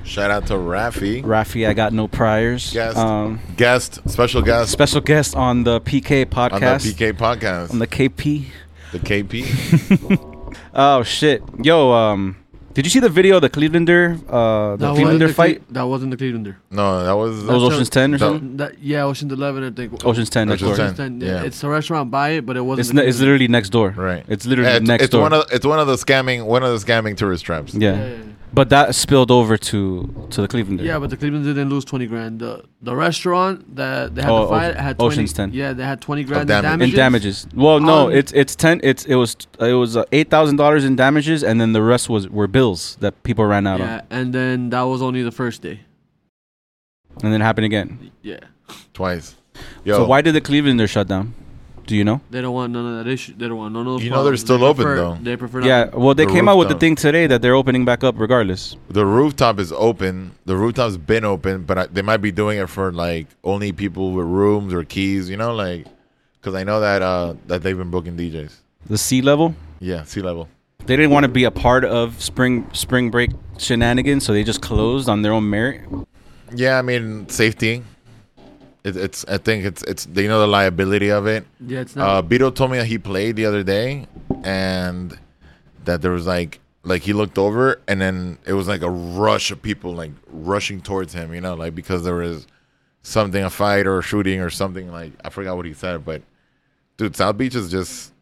Speaker 2: Shout out to Rafi,
Speaker 1: Rafi, I got no priors.
Speaker 2: Guest.
Speaker 1: Um,
Speaker 2: guest, special guest
Speaker 1: special guest on the PK podcast.
Speaker 2: on the PK podcast,
Speaker 1: On the KP.
Speaker 2: the KP.
Speaker 1: Oh shit. Yo, um Did you see the video of the Clevelander, uh, the
Speaker 3: wasn't
Speaker 1: Clevelander
Speaker 3: Cle-
Speaker 1: fight?
Speaker 3: that wasn't the Clevelander.
Speaker 2: No, that was
Speaker 1: That was
Speaker 3: That's
Speaker 1: Ocean's
Speaker 3: a-
Speaker 1: Ten or
Speaker 2: No.
Speaker 1: something.
Speaker 3: That, yeah, Ocean's Eleven, I think.
Speaker 1: Ocean's Ten.
Speaker 2: Ocean's
Speaker 1: Ocean's
Speaker 2: Ten.
Speaker 1: Ten.
Speaker 3: Ocean's Ten. Yeah.
Speaker 2: yeah.
Speaker 3: It's a restaurant by it, but it wasn't.
Speaker 1: It's,
Speaker 3: the
Speaker 1: ne- it's
Speaker 3: Clevelander.
Speaker 1: literally next door.
Speaker 2: right.
Speaker 1: It's literally
Speaker 2: Yeah, it's,
Speaker 1: next
Speaker 2: it's
Speaker 1: door.
Speaker 2: One of, it's one of the scamming one of the scamming tourist traps.
Speaker 1: yeah.
Speaker 3: Yeah, yeah, yeah.
Speaker 1: But that spilled over to to the Clevelander.
Speaker 3: Yeah, but the Cleveland didn't lose twenty grand. The the restaurant that they had
Speaker 1: Oh,
Speaker 3: the fight
Speaker 1: Ocean-
Speaker 3: had 20,
Speaker 1: Ocean's Ten.
Speaker 3: Yeah, they had twenty grand in
Speaker 2: damage. In
Speaker 1: in
Speaker 3: damages.
Speaker 1: damages. Well, no,
Speaker 3: Um,
Speaker 1: it's it's ten. It's it was it was uh, eight thousand dollars in damages, and then the rest was were bills that people ran out
Speaker 3: Yeah, and then that was only the first day.
Speaker 1: on, and then it happened again.
Speaker 3: Yeah,
Speaker 2: Twice. Yo,
Speaker 1: So why did the Clevelander shut down? Do you know?
Speaker 3: they don't want none of that issue. They don't want none of those.
Speaker 2: You know they're
Speaker 3: problems.
Speaker 2: still
Speaker 3: They
Speaker 2: open,
Speaker 3: prefer-
Speaker 2: though.
Speaker 3: They prefer. Not
Speaker 1: Yeah. Well, they
Speaker 2: The
Speaker 1: came out with the
Speaker 2: rooftop.
Speaker 1: thing today that they're opening back up regardless.
Speaker 2: the rooftop is open. The rooftop's been open, but I, they might be doing it for like only people with rooms or keys. You know, like because I know that uh that they've been booking DJs.
Speaker 1: The sea level.
Speaker 2: Yeah, sea level.
Speaker 1: They didn't want to be a part of spring spring break shenanigans, so they just closed on their own merit.
Speaker 2: Yeah, I mean safety. It, it's I think it's it's they know the liability of it.
Speaker 3: Yeah, it's
Speaker 2: Uh,
Speaker 3: not.
Speaker 2: Beto told me that he played the other day, and that there was like like he looked over, and then it was like a rush of people like rushing towards him, you know, like because there was something a fight or a shooting or something. Like I forgot what he said, but dude, South Beach is just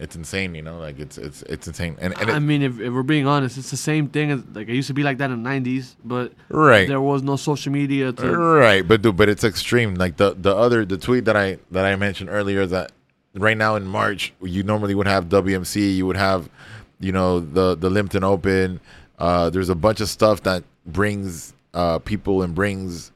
Speaker 2: it's insane, you know, like it's it's it's insane, and and it,
Speaker 3: I mean, if, if we're being honest, it's the same thing as like it used to be like that in the '90s, but
Speaker 2: right.
Speaker 3: there was no social media to.
Speaker 2: Right, but dude, but it's extreme. Like the the other the tweet that I that I mentioned earlier is that right now in March you normally would have WMC, you would have, you know, the the Limpton Open. Uh, there's a bunch of stuff that brings uh, people and brings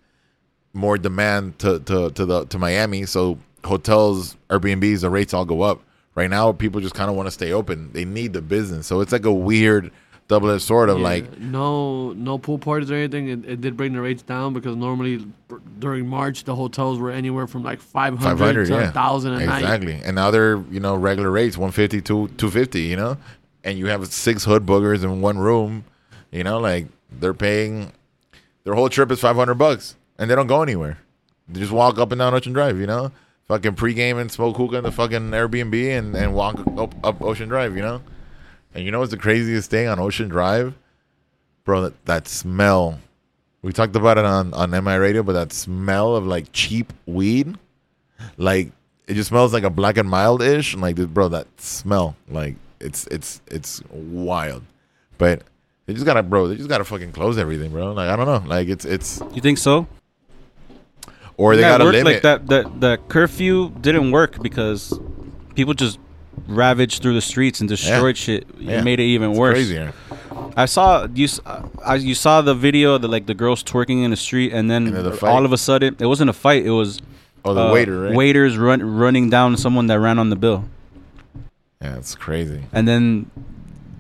Speaker 2: more demand to to to the to Miami. So hotels, Airbnbs, the rates all go up. Right now, people just kind of want to stay open. They need the business, so it's like a weird double-edged sword of
Speaker 3: Yeah,
Speaker 2: like
Speaker 3: no, no pool parties or anything. It, it did bring the rates down because normally br- during March the hotels were anywhere from like 500,
Speaker 2: Five hundred,
Speaker 3: to
Speaker 2: yeah,
Speaker 3: 1,000 a night.
Speaker 2: exactly. And now they're you know regular rates, one fifty to two fifty. You know, and you have six hood boogers in one room. You know, like they're paying their whole trip is five hundred bucks, and they don't go anywhere. They just walk up and down Ocean Drive. You know, fucking pregame and smoke hookah in the fucking Airbnb and and walk up, up Ocean Drive. You know, and you know what's the craziest thing on Ocean Drive, bro? That that smell. We talked about it on on MI Radio, but that smell of like cheap weed like it just smells like a black and mild ish like dude, bro that smell like it's it's it's wild but they just gotta bro they just gotta fucking close everything bro like i don't know like it's it's
Speaker 1: You think so?
Speaker 2: or they
Speaker 1: Yeah, it
Speaker 2: gotta
Speaker 1: worked
Speaker 2: limit
Speaker 1: like that. That the curfew didn't work because people just ravaged through the streets and destroyed shit. It
Speaker 2: Yeah.
Speaker 1: made it even
Speaker 2: It's
Speaker 1: worse.
Speaker 2: crazier
Speaker 1: I saw you. s- uh, I, you saw the video of the like the girls twerking in the street, and then
Speaker 2: And then the fight.
Speaker 1: all of a sudden, it wasn't a fight. It was
Speaker 2: oh the
Speaker 1: uh,
Speaker 2: waiter right
Speaker 1: waiters run running down someone that ran on the bill,
Speaker 2: yeah it's crazy
Speaker 1: and then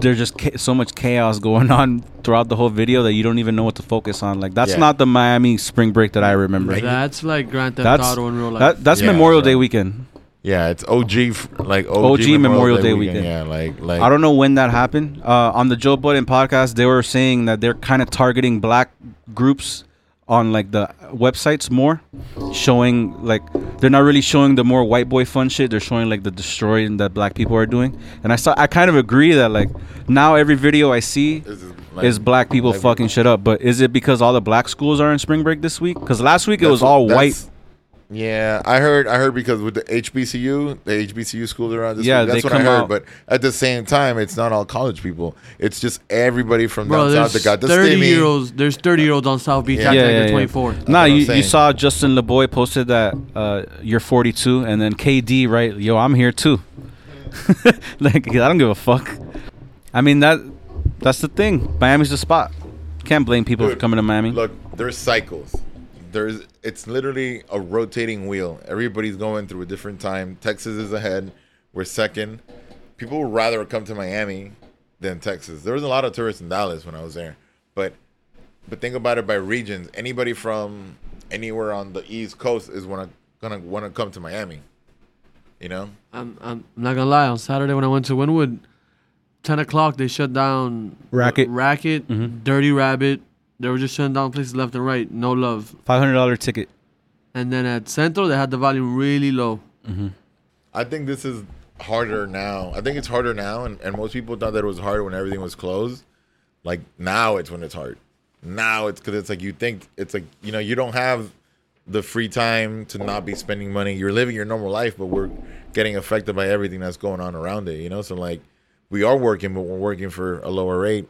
Speaker 1: there's just cha- so much chaos going on throughout the whole video that you don't even know what to focus on. Like that's
Speaker 2: Yeah.
Speaker 1: not the Miami spring break that I remember.
Speaker 3: That's like Grand Theft
Speaker 1: that's
Speaker 3: Auto in real life.
Speaker 1: that, that's
Speaker 2: Yeah,
Speaker 1: Memorial
Speaker 2: bro.
Speaker 1: Day weekend.
Speaker 2: yeah it's og f- like og,
Speaker 1: OG Memorial Day weekend.
Speaker 2: yeah like like
Speaker 1: I don't know when that happened. Uh, on the Joe Budden podcast, they were saying that they're kind of targeting black groups on like the websites more, showing like they're not really showing the more white boy fun shit. They're showing like the destroying that black people are doing. And I saw, I kind of agree that like now every video I see
Speaker 2: This is, like,
Speaker 1: is black people
Speaker 2: black
Speaker 1: fucking shit up. But is it because all the black schools are in spring break this week? Because last week it was all white.
Speaker 2: That's- Yeah, I heard. I heard because with the HBCU, the HBCU schools around this
Speaker 1: Yeah,
Speaker 2: week, that's
Speaker 1: they
Speaker 2: what I
Speaker 1: come
Speaker 2: heard.
Speaker 1: out-
Speaker 2: But at the same time, it's not all college people. It's just everybody from
Speaker 3: Bro,
Speaker 2: down south
Speaker 3: there's
Speaker 2: that got the
Speaker 3: 30
Speaker 2: stimmy.
Speaker 3: year olds. There's 30 year olds on South Beach.
Speaker 2: Yeah.
Speaker 3: acting
Speaker 1: Yeah,
Speaker 3: like
Speaker 1: yeah,
Speaker 3: they're
Speaker 1: yeah.
Speaker 3: 24.
Speaker 1: Nah,
Speaker 2: what I'm
Speaker 1: you, you
Speaker 2: saying.
Speaker 1: saw Justin LeBoy posted that uh, you're 42, and then KD, right? Yo, I'm here too. like I don't give a fuck. I mean that that's the thing. Miami's the spot. Can't blame people for
Speaker 2: Dude,
Speaker 1: coming to Miami.
Speaker 2: Look, there's cycles. There's it's literally a rotating wheel. Everybody's going through a different time. Texas is ahead. We're second. People would rather come to Miami than Texas. There was a lot of tourists in Dallas when I was there, but but think about it by regions. Anybody from anywhere on the East Coast is wanna, gonna want to come to Miami. You know,
Speaker 3: I'm, I'm not gonna lie. On Saturday when I went to Winwood, 10 o'clock they shut down
Speaker 1: Racket. Mm-hmm.
Speaker 3: Racket, Dirty Rabbit. They were just shutting down places left and right. No love.
Speaker 1: Five hundred dollar ticket.
Speaker 3: And then at Centro they had the volume really low.
Speaker 2: I think this is harder now. I think it's harder now, and, and most people thought that it was harder when everything was closed. Like now it's when it's hard. Now it's because it's like you think it's like you know you don't have the free time to not be spending money. You're living your normal life, but we're getting affected by everything that's going on around it. You know, so like we are working, but we're working for a lower rate.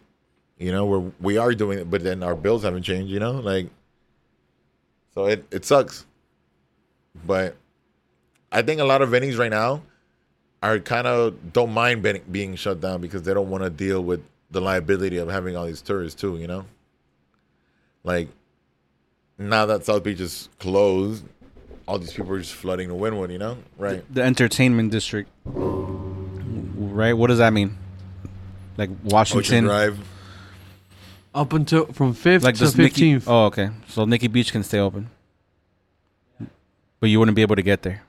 Speaker 2: You know, we're we are doing it, but then our bills haven't changed. You know, like so it it sucks, but I think a lot of venues right now are kind of don't mind being, being shut down because they don't want to deal with the liability of having all these tourists too. You know, like now that South Beach is closed, all these people are just flooding to Wynwood. You know, right?
Speaker 1: The entertainment district, right? What does that mean? Like
Speaker 2: Ocean
Speaker 1: Washington,
Speaker 2: Drive.
Speaker 3: Up until from fifth
Speaker 1: like
Speaker 3: to
Speaker 1: does Nikki?
Speaker 3: fifteenth.
Speaker 1: Oh, okay. So Nikki Beach can stay open, but you wouldn't be able to get there.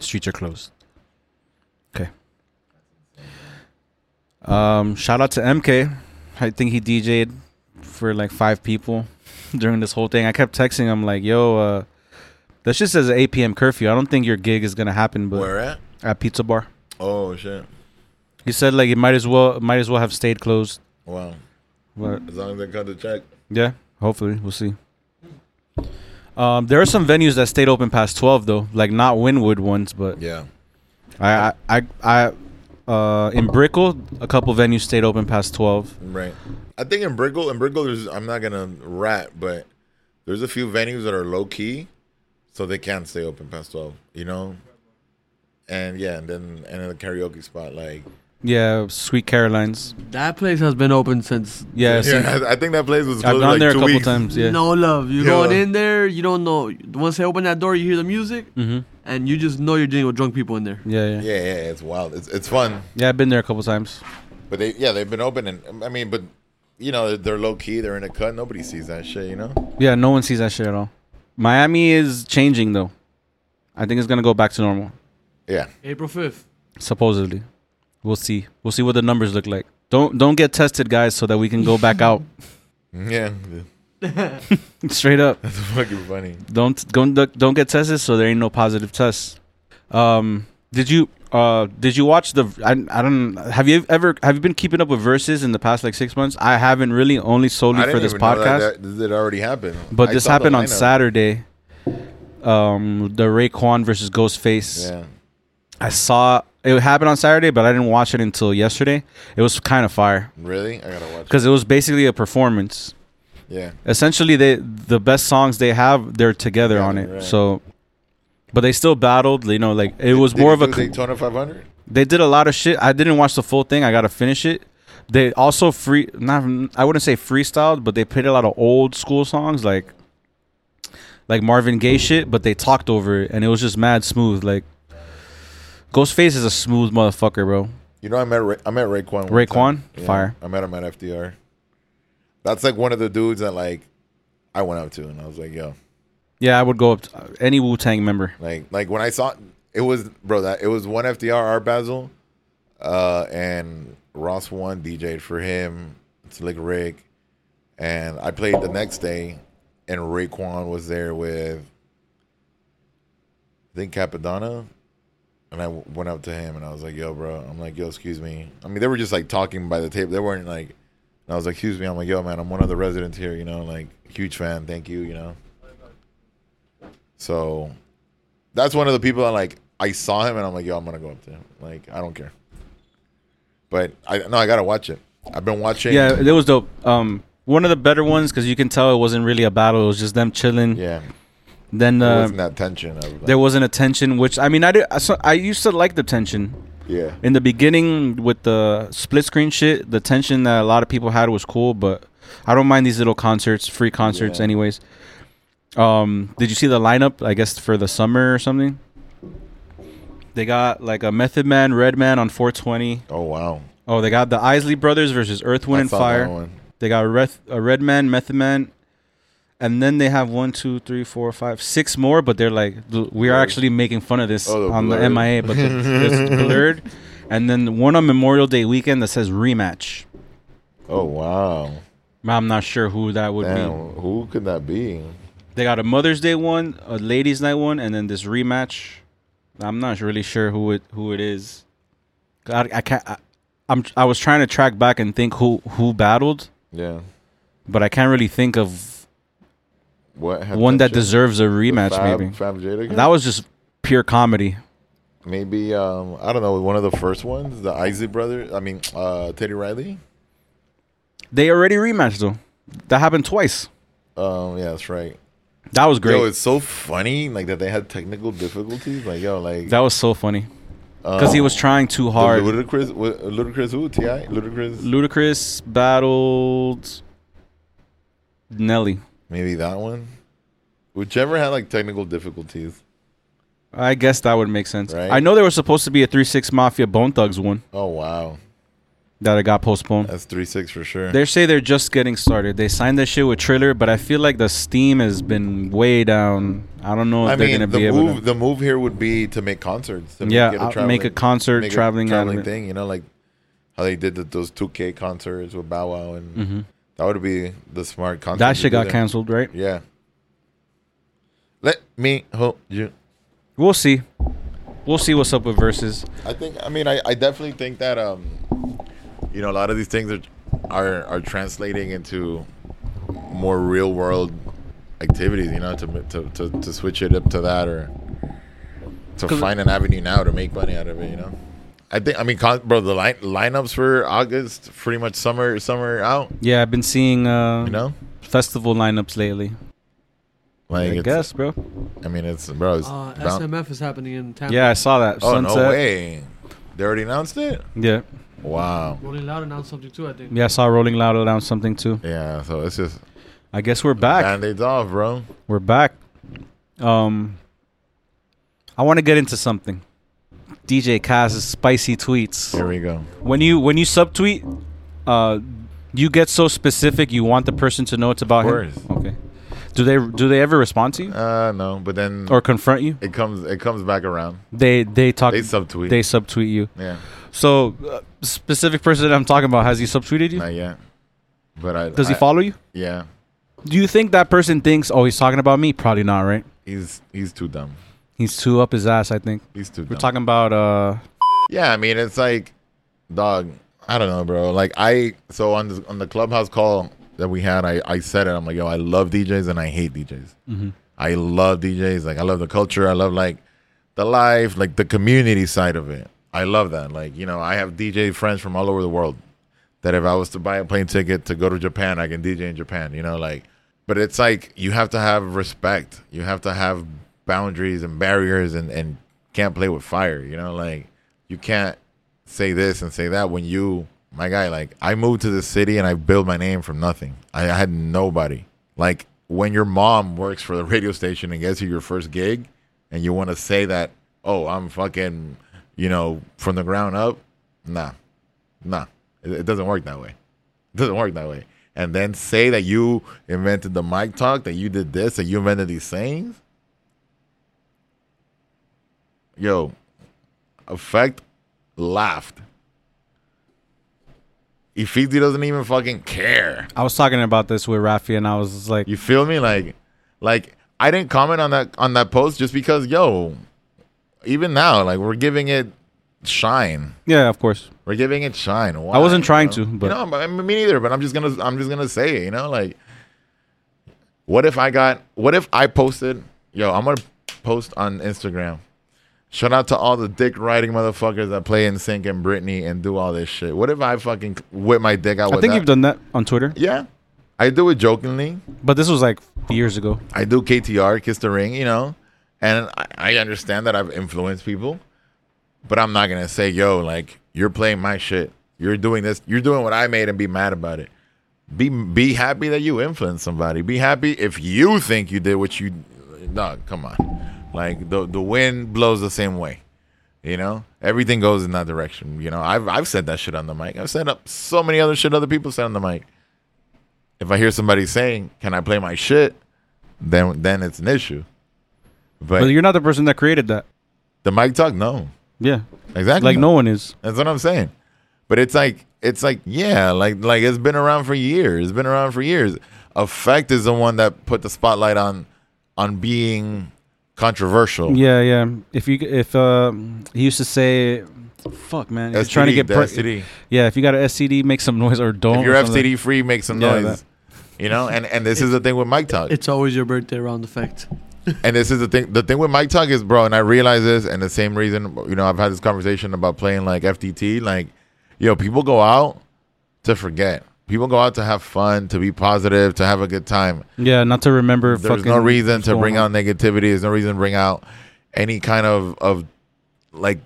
Speaker 1: Streets are closed. Okay. Um, shout out to MK. I think he DJ'd for like five people during this whole thing. I kept texting him like, "Yo, uh, that's just as an 8 p.m. curfew. I don't think your gig is gonna happen, but
Speaker 2: Where at?
Speaker 1: at Pizza Bar."
Speaker 2: Oh shit!
Speaker 1: He said like it might as well might as well have stayed closed.
Speaker 2: Wow.
Speaker 1: But
Speaker 2: As long as they cut the check.
Speaker 1: yeah, hopefully we'll see. Um, there are some venues that stayed open past twelve though, like not Winwood ones, but
Speaker 2: Yeah.
Speaker 1: I I I, I uh, in Brickell a couple venues stayed open past twelve.
Speaker 2: Right. I think in Brickell, in Brickell, there's I'm not gonna rat, but there's a few venues that are low key, so they can't stay open past twelve. You know. And yeah, and then and then the karaoke spot like
Speaker 1: Yeah, Sweet Caroline's.
Speaker 3: That place has been open since
Speaker 1: Yeah,
Speaker 2: yeah,
Speaker 1: since-
Speaker 2: I, I think that place was
Speaker 1: I've
Speaker 2: closed
Speaker 1: gone
Speaker 2: like
Speaker 1: there a
Speaker 2: two
Speaker 1: couple
Speaker 2: weeks.
Speaker 1: times. Yeah,
Speaker 3: no love. You
Speaker 2: Yeah.
Speaker 3: going in there, you don't know. Once they open that door, you hear the music,
Speaker 1: Mhm.
Speaker 3: and you just know you're dealing with drunk people in there.
Speaker 1: yeah, yeah, yeah.
Speaker 2: Yeah, yeah, it's wild. It's it's fun,
Speaker 1: I've been there a couple times.
Speaker 2: but they yeah they've been open and um, I mean, but you know they're low key. They're in a cut. Nobody sees that shit. You know.
Speaker 1: Yeah, no one sees that shit at all. Miami is changing though. I think it's gonna go back to normal.
Speaker 2: Yeah.
Speaker 3: April fifth.
Speaker 1: supposedly we'll see we'll see what the numbers look like don't don't get tested guys so that we can go back out
Speaker 2: Yeah.
Speaker 1: straight up
Speaker 2: That's fucking funny.
Speaker 1: don't don't don't get tested so there ain't no positive tests um did you uh did you watch the I, I don't have you ever have you been keeping up with verses in the past like six months i haven't really only solely
Speaker 2: I
Speaker 1: for
Speaker 2: didn't
Speaker 1: this
Speaker 2: even know
Speaker 1: podcast
Speaker 2: that, that, that already happened.
Speaker 1: but
Speaker 2: I
Speaker 1: this
Speaker 2: saw the
Speaker 1: happened on
Speaker 2: lineup.
Speaker 1: saturday um the Raekwon versus ghostface
Speaker 2: Yeah.
Speaker 1: i saw it happened on saturday but i didn't watch it until yesterday it was kind of fire
Speaker 2: Really? I gotta watch. it.
Speaker 1: because it was basically a performance.
Speaker 2: Yeah.
Speaker 1: Essentially, they the best songs they have, they're together
Speaker 2: Yeah,
Speaker 1: on it.
Speaker 2: right.
Speaker 1: So, but they still battled. You know, like it was
Speaker 2: Did
Speaker 1: more of
Speaker 2: he
Speaker 1: a.
Speaker 2: do
Speaker 1: co-
Speaker 2: Daytona 500.
Speaker 1: They did a lot of shit. I didn't watch the full thing. I gotta finish it. They also free not I wouldn't say freestyled, but they played a lot of old school songs like like Marvin Gaye shit, but they talked over it and it was just mad smooth. Like Ghostface is a smooth motherfucker, bro.
Speaker 2: You know, I met Ra- I met Raekwon. one
Speaker 1: Raekwon?
Speaker 2: time. Yeah,
Speaker 1: Fire.
Speaker 2: I met him at FDR. That's like one of the dudes that like I went up to, and I was like, yo,
Speaker 1: Yeah, I would go up to any Wu Tang member.
Speaker 2: like like when I saw it was bro that it was one FDR Art Basel, uh, and Ross one DJ'd for him, Slick Rick, and I played the next day, and Raekwon was there with I think Capadonna. And I w- went up to him and I was like, "Yo, bro." I'm like, "Yo, excuse me." I mean, they were just like talking by the table. They weren't like. And I was like, "Excuse me." I'm like, "Yo, man, I'm one of the residents here. You know, like, huge fan. Thank you. You know." So that's one of the people I like. I saw him and I'm like, yo, I'm gonna go up to him. Like, I don't care. But I no, I gotta watch it. I've been watching.
Speaker 1: Yeah, it was dope. Um, one of the better ones because you can tell it wasn't really a battle. It was just them chilling.
Speaker 2: yeah.
Speaker 1: Then
Speaker 2: There
Speaker 1: uh,
Speaker 2: wasn't that tension of like,
Speaker 1: there wasn't a tension, which I mean, I did. I, saw- I used to like the tension
Speaker 2: yeah,
Speaker 1: in the beginning with the split screen shit. The tension that a lot of people had was cool, but I don't mind these little concerts, free concerts,
Speaker 2: Yeah.
Speaker 1: anyways. Um, did you see the lineup? I guess for the summer or something. They got like a Method Man, Red Man on 420.
Speaker 2: Oh wow.
Speaker 1: Oh, they got the Isley Brothers versus Earth, Wind,
Speaker 2: I
Speaker 1: and
Speaker 2: saw that
Speaker 1: Fire.
Speaker 2: one.
Speaker 1: They got Red, uh, Red Man, Method Man, and then they have one, two, three, four, five, six more. But they're like, bl- we are actually making fun of this
Speaker 2: Oh, the
Speaker 1: on the
Speaker 2: blurred.
Speaker 1: MIA, but the, it's blurred. And then one on Memorial Day weekend that says rematch.
Speaker 2: Oh wow.
Speaker 1: I'm not sure who that would
Speaker 2: Damn,
Speaker 1: be.
Speaker 2: who could that be?
Speaker 1: They got a Mother's Day one, a Ladies' Night one, and then this rematch. I'm not really sure who it who it is. God, I can't. I, I'm I was trying to track back and think who who battled,
Speaker 2: Yeah.
Speaker 1: but I can't really think of
Speaker 2: What had
Speaker 1: one that
Speaker 2: shit?
Speaker 1: deserves a
Speaker 2: The
Speaker 1: rematch.
Speaker 2: Fab-
Speaker 1: maybe
Speaker 2: Fab Jada guy?
Speaker 1: that was just pure comedy.
Speaker 2: maybe um I don't know one of the first ones the Isaac brother I mean uh Teddy Riley
Speaker 1: They already rematched though. That happened twice.
Speaker 2: um yeah that's right
Speaker 1: That was
Speaker 2: yo
Speaker 1: great.
Speaker 2: it's so funny like that they had technical difficulties like yo like
Speaker 1: That was so funny because he was trying too
Speaker 2: Oh. the
Speaker 1: hard.
Speaker 2: Ludacris wa- Ludacris who Ti Ludacris
Speaker 1: Ludacris battled Nelly.
Speaker 2: maybe that one whichever had like technical difficulties
Speaker 1: I guess that would make sense.
Speaker 2: Right?
Speaker 1: I know there was supposed to be a three six Mafia Bone Thugs one
Speaker 2: oh wow
Speaker 1: that it got postponed.
Speaker 2: that's three six for sure
Speaker 1: They say they're just getting started. They signed that shit with Triller, but I feel like the steam has been way down. I don't know if
Speaker 2: I
Speaker 1: they're
Speaker 2: mean
Speaker 1: gonna
Speaker 2: the
Speaker 1: be able
Speaker 2: move
Speaker 1: to.
Speaker 2: the move here would be to make concerts to
Speaker 1: Yeah, uh, make a concert,
Speaker 2: make a
Speaker 1: traveling out of
Speaker 2: traveling
Speaker 1: it.
Speaker 2: thing you know like how they did the, those 2K concerts with Bow Wow and that would be the smart concert
Speaker 1: Mm-hmm. That
Speaker 2: to
Speaker 1: shit
Speaker 2: do
Speaker 1: got
Speaker 2: there.
Speaker 1: canceled, right?
Speaker 2: Yeah. Let me hold you.
Speaker 1: We'll see. We'll see what's up with verses.
Speaker 2: I think. I mean, I, I definitely think that um, you know, a lot of these things are are are translating into more real world activities. You know, to to to, to switch it up to that or to find an avenue now to make money out of it. You know. I think I mean, con- bro. The line lineups for August, pretty much summer, summer out.
Speaker 1: Yeah, I've been seeing uh,
Speaker 2: You know,
Speaker 1: festival lineups lately.
Speaker 2: like
Speaker 1: I
Speaker 2: it's,
Speaker 1: guess, bro.
Speaker 2: I mean, it's bro. It's
Speaker 3: Uh,
Speaker 2: bound-
Speaker 3: SMF is happening in Tampa.
Speaker 1: Yeah, I saw that.
Speaker 2: oh
Speaker 1: Sunset.
Speaker 2: no way! They already announced it.
Speaker 1: Yeah,
Speaker 2: Wow.
Speaker 3: Rolling Loud announced something too, I think.
Speaker 1: yeah, I saw Rolling Loud announce something too.
Speaker 2: Yeah, so it's just
Speaker 1: I guess we're back.
Speaker 2: band-aids off, bro.
Speaker 1: We're back. Um, I want to get into something. DJ Kaz's spicy tweets.
Speaker 2: Here we go.
Speaker 1: when you when you subtweet, uh, you get so specific you want the person to know it's about
Speaker 2: Of
Speaker 1: him. Okay. Do they do they ever respond to you
Speaker 2: Uh no, but then
Speaker 1: or confront you?
Speaker 2: it comes it comes back around.
Speaker 1: They they talk.
Speaker 2: They subtweet.
Speaker 1: Mm-hmm. They subtweet you.
Speaker 2: yeah,
Speaker 1: So uh, specific person that I'm talking about has he subtweeted you?
Speaker 2: not yet. But I
Speaker 1: Does he
Speaker 2: I-
Speaker 1: follow you?
Speaker 2: Yeah,
Speaker 1: Do you think that person thinks, oh, he's talking about me? Probably not, right?
Speaker 2: he's he's too dumb.
Speaker 1: He's too up his ass. I think
Speaker 2: He's too.
Speaker 1: we're
Speaker 2: dumb.
Speaker 1: talking about uh,
Speaker 2: Yeah, I mean it's like, dog. I don't know, bro. Like I so on this, on the clubhouse call that we had, I I said it. I'm like, yo, I love DJs and I hate DJs.
Speaker 1: Mm-hmm.
Speaker 2: I love DJs. Like I love the culture. I love like the life, like the community side of it. I love that. Like you know, I have DJ friends from all over the world. That if I was to buy a plane ticket to go to Japan, I can DJ in Japan. You know, like. But it's like you have to have respect. You have to have boundaries and barriers, and and can't play with fire. You know, like you can't say this and say that when you my guy like i moved to the city and i built my name from nothing I, I had nobody like when your mom works for the radio station and gets you your first gig and you want to say that oh i'm fucking you know from the ground up nah nah it, it doesn't work that way it doesn't work that way and then say that you invented the mic talk that you did this that you invented these things yo effect laughed. Ifiti doesn't even fucking care.
Speaker 1: I was talking about this with Rafi, and I was like,
Speaker 2: You feel me? Like, like I didn't comment on that on that post just because, yo, even now, like we're giving it shine.
Speaker 1: yeah, of course.
Speaker 2: We're giving it shine. Why,
Speaker 1: I wasn't
Speaker 2: you
Speaker 1: trying
Speaker 2: know?
Speaker 1: to, but-
Speaker 2: you know, but- I mean, me neither. But I'm just gonna, I'm just gonna say it. You know, like, what if I got, what if I posted, yo, I'm gonna post on Instagram. Shout out to all the dick riding motherfuckers that play in sync and Britney and do all this shit. What if I fucking whip my dick out?
Speaker 1: I
Speaker 2: with
Speaker 1: think
Speaker 2: that?
Speaker 1: you've done that on Twitter,
Speaker 2: Yeah, I do it jokingly.
Speaker 1: but this was like years ago.
Speaker 2: I do KTR, kiss the ring, you know, and I, I understand that I've influenced people, but I'm not gonna say, yo, like you're playing my shit, you're doing this, you're doing what I made, and be mad about it. Be be happy that you influenced somebody. Be happy if you think you did what you. No, come on, like the the wind blows the same way. You know, everything goes in that direction. You know, I've I've said that shit on the mic. I've said up so many other shit other people said on the mic. If I hear somebody saying, "Can I play my shit?" then then it's an issue. But,
Speaker 1: But you're not the person that created that.
Speaker 2: the mic talk, no,
Speaker 1: Yeah,
Speaker 2: exactly,
Speaker 1: like no one is.
Speaker 2: That's what I'm saying. But it's like it's like yeah, like like it's been around for years. It's been around for years. Effect is the one that put the spotlight on on being controversial.
Speaker 1: Yeah, yeah. If you if uh, he used to say, Fuck, man. If
Speaker 2: STD,
Speaker 1: you're trying to get
Speaker 2: the
Speaker 1: per-
Speaker 2: STD.
Speaker 1: yeah. If you got an STD, make some noise or don't.
Speaker 2: If you're
Speaker 1: or something.
Speaker 2: FCD free, make some
Speaker 1: Yeah,
Speaker 2: noise. You know, and and this is the thing with Mike Talk.
Speaker 3: It's always your birthday around the fact.
Speaker 2: And this is the thing. The thing with Mike Talk is, bro, and I realize this, and the same reason, you know, I've had this conversation about playing like FTT. Like, yo, people go out to forget. People go out to have fun, to be positive, to have a good time.
Speaker 1: Yeah, not to remember.
Speaker 2: There's
Speaker 1: fucking
Speaker 2: no reason
Speaker 1: what's
Speaker 2: to
Speaker 1: going
Speaker 2: bring
Speaker 1: on.
Speaker 2: out negativity. There's no reason to bring out any kind of of like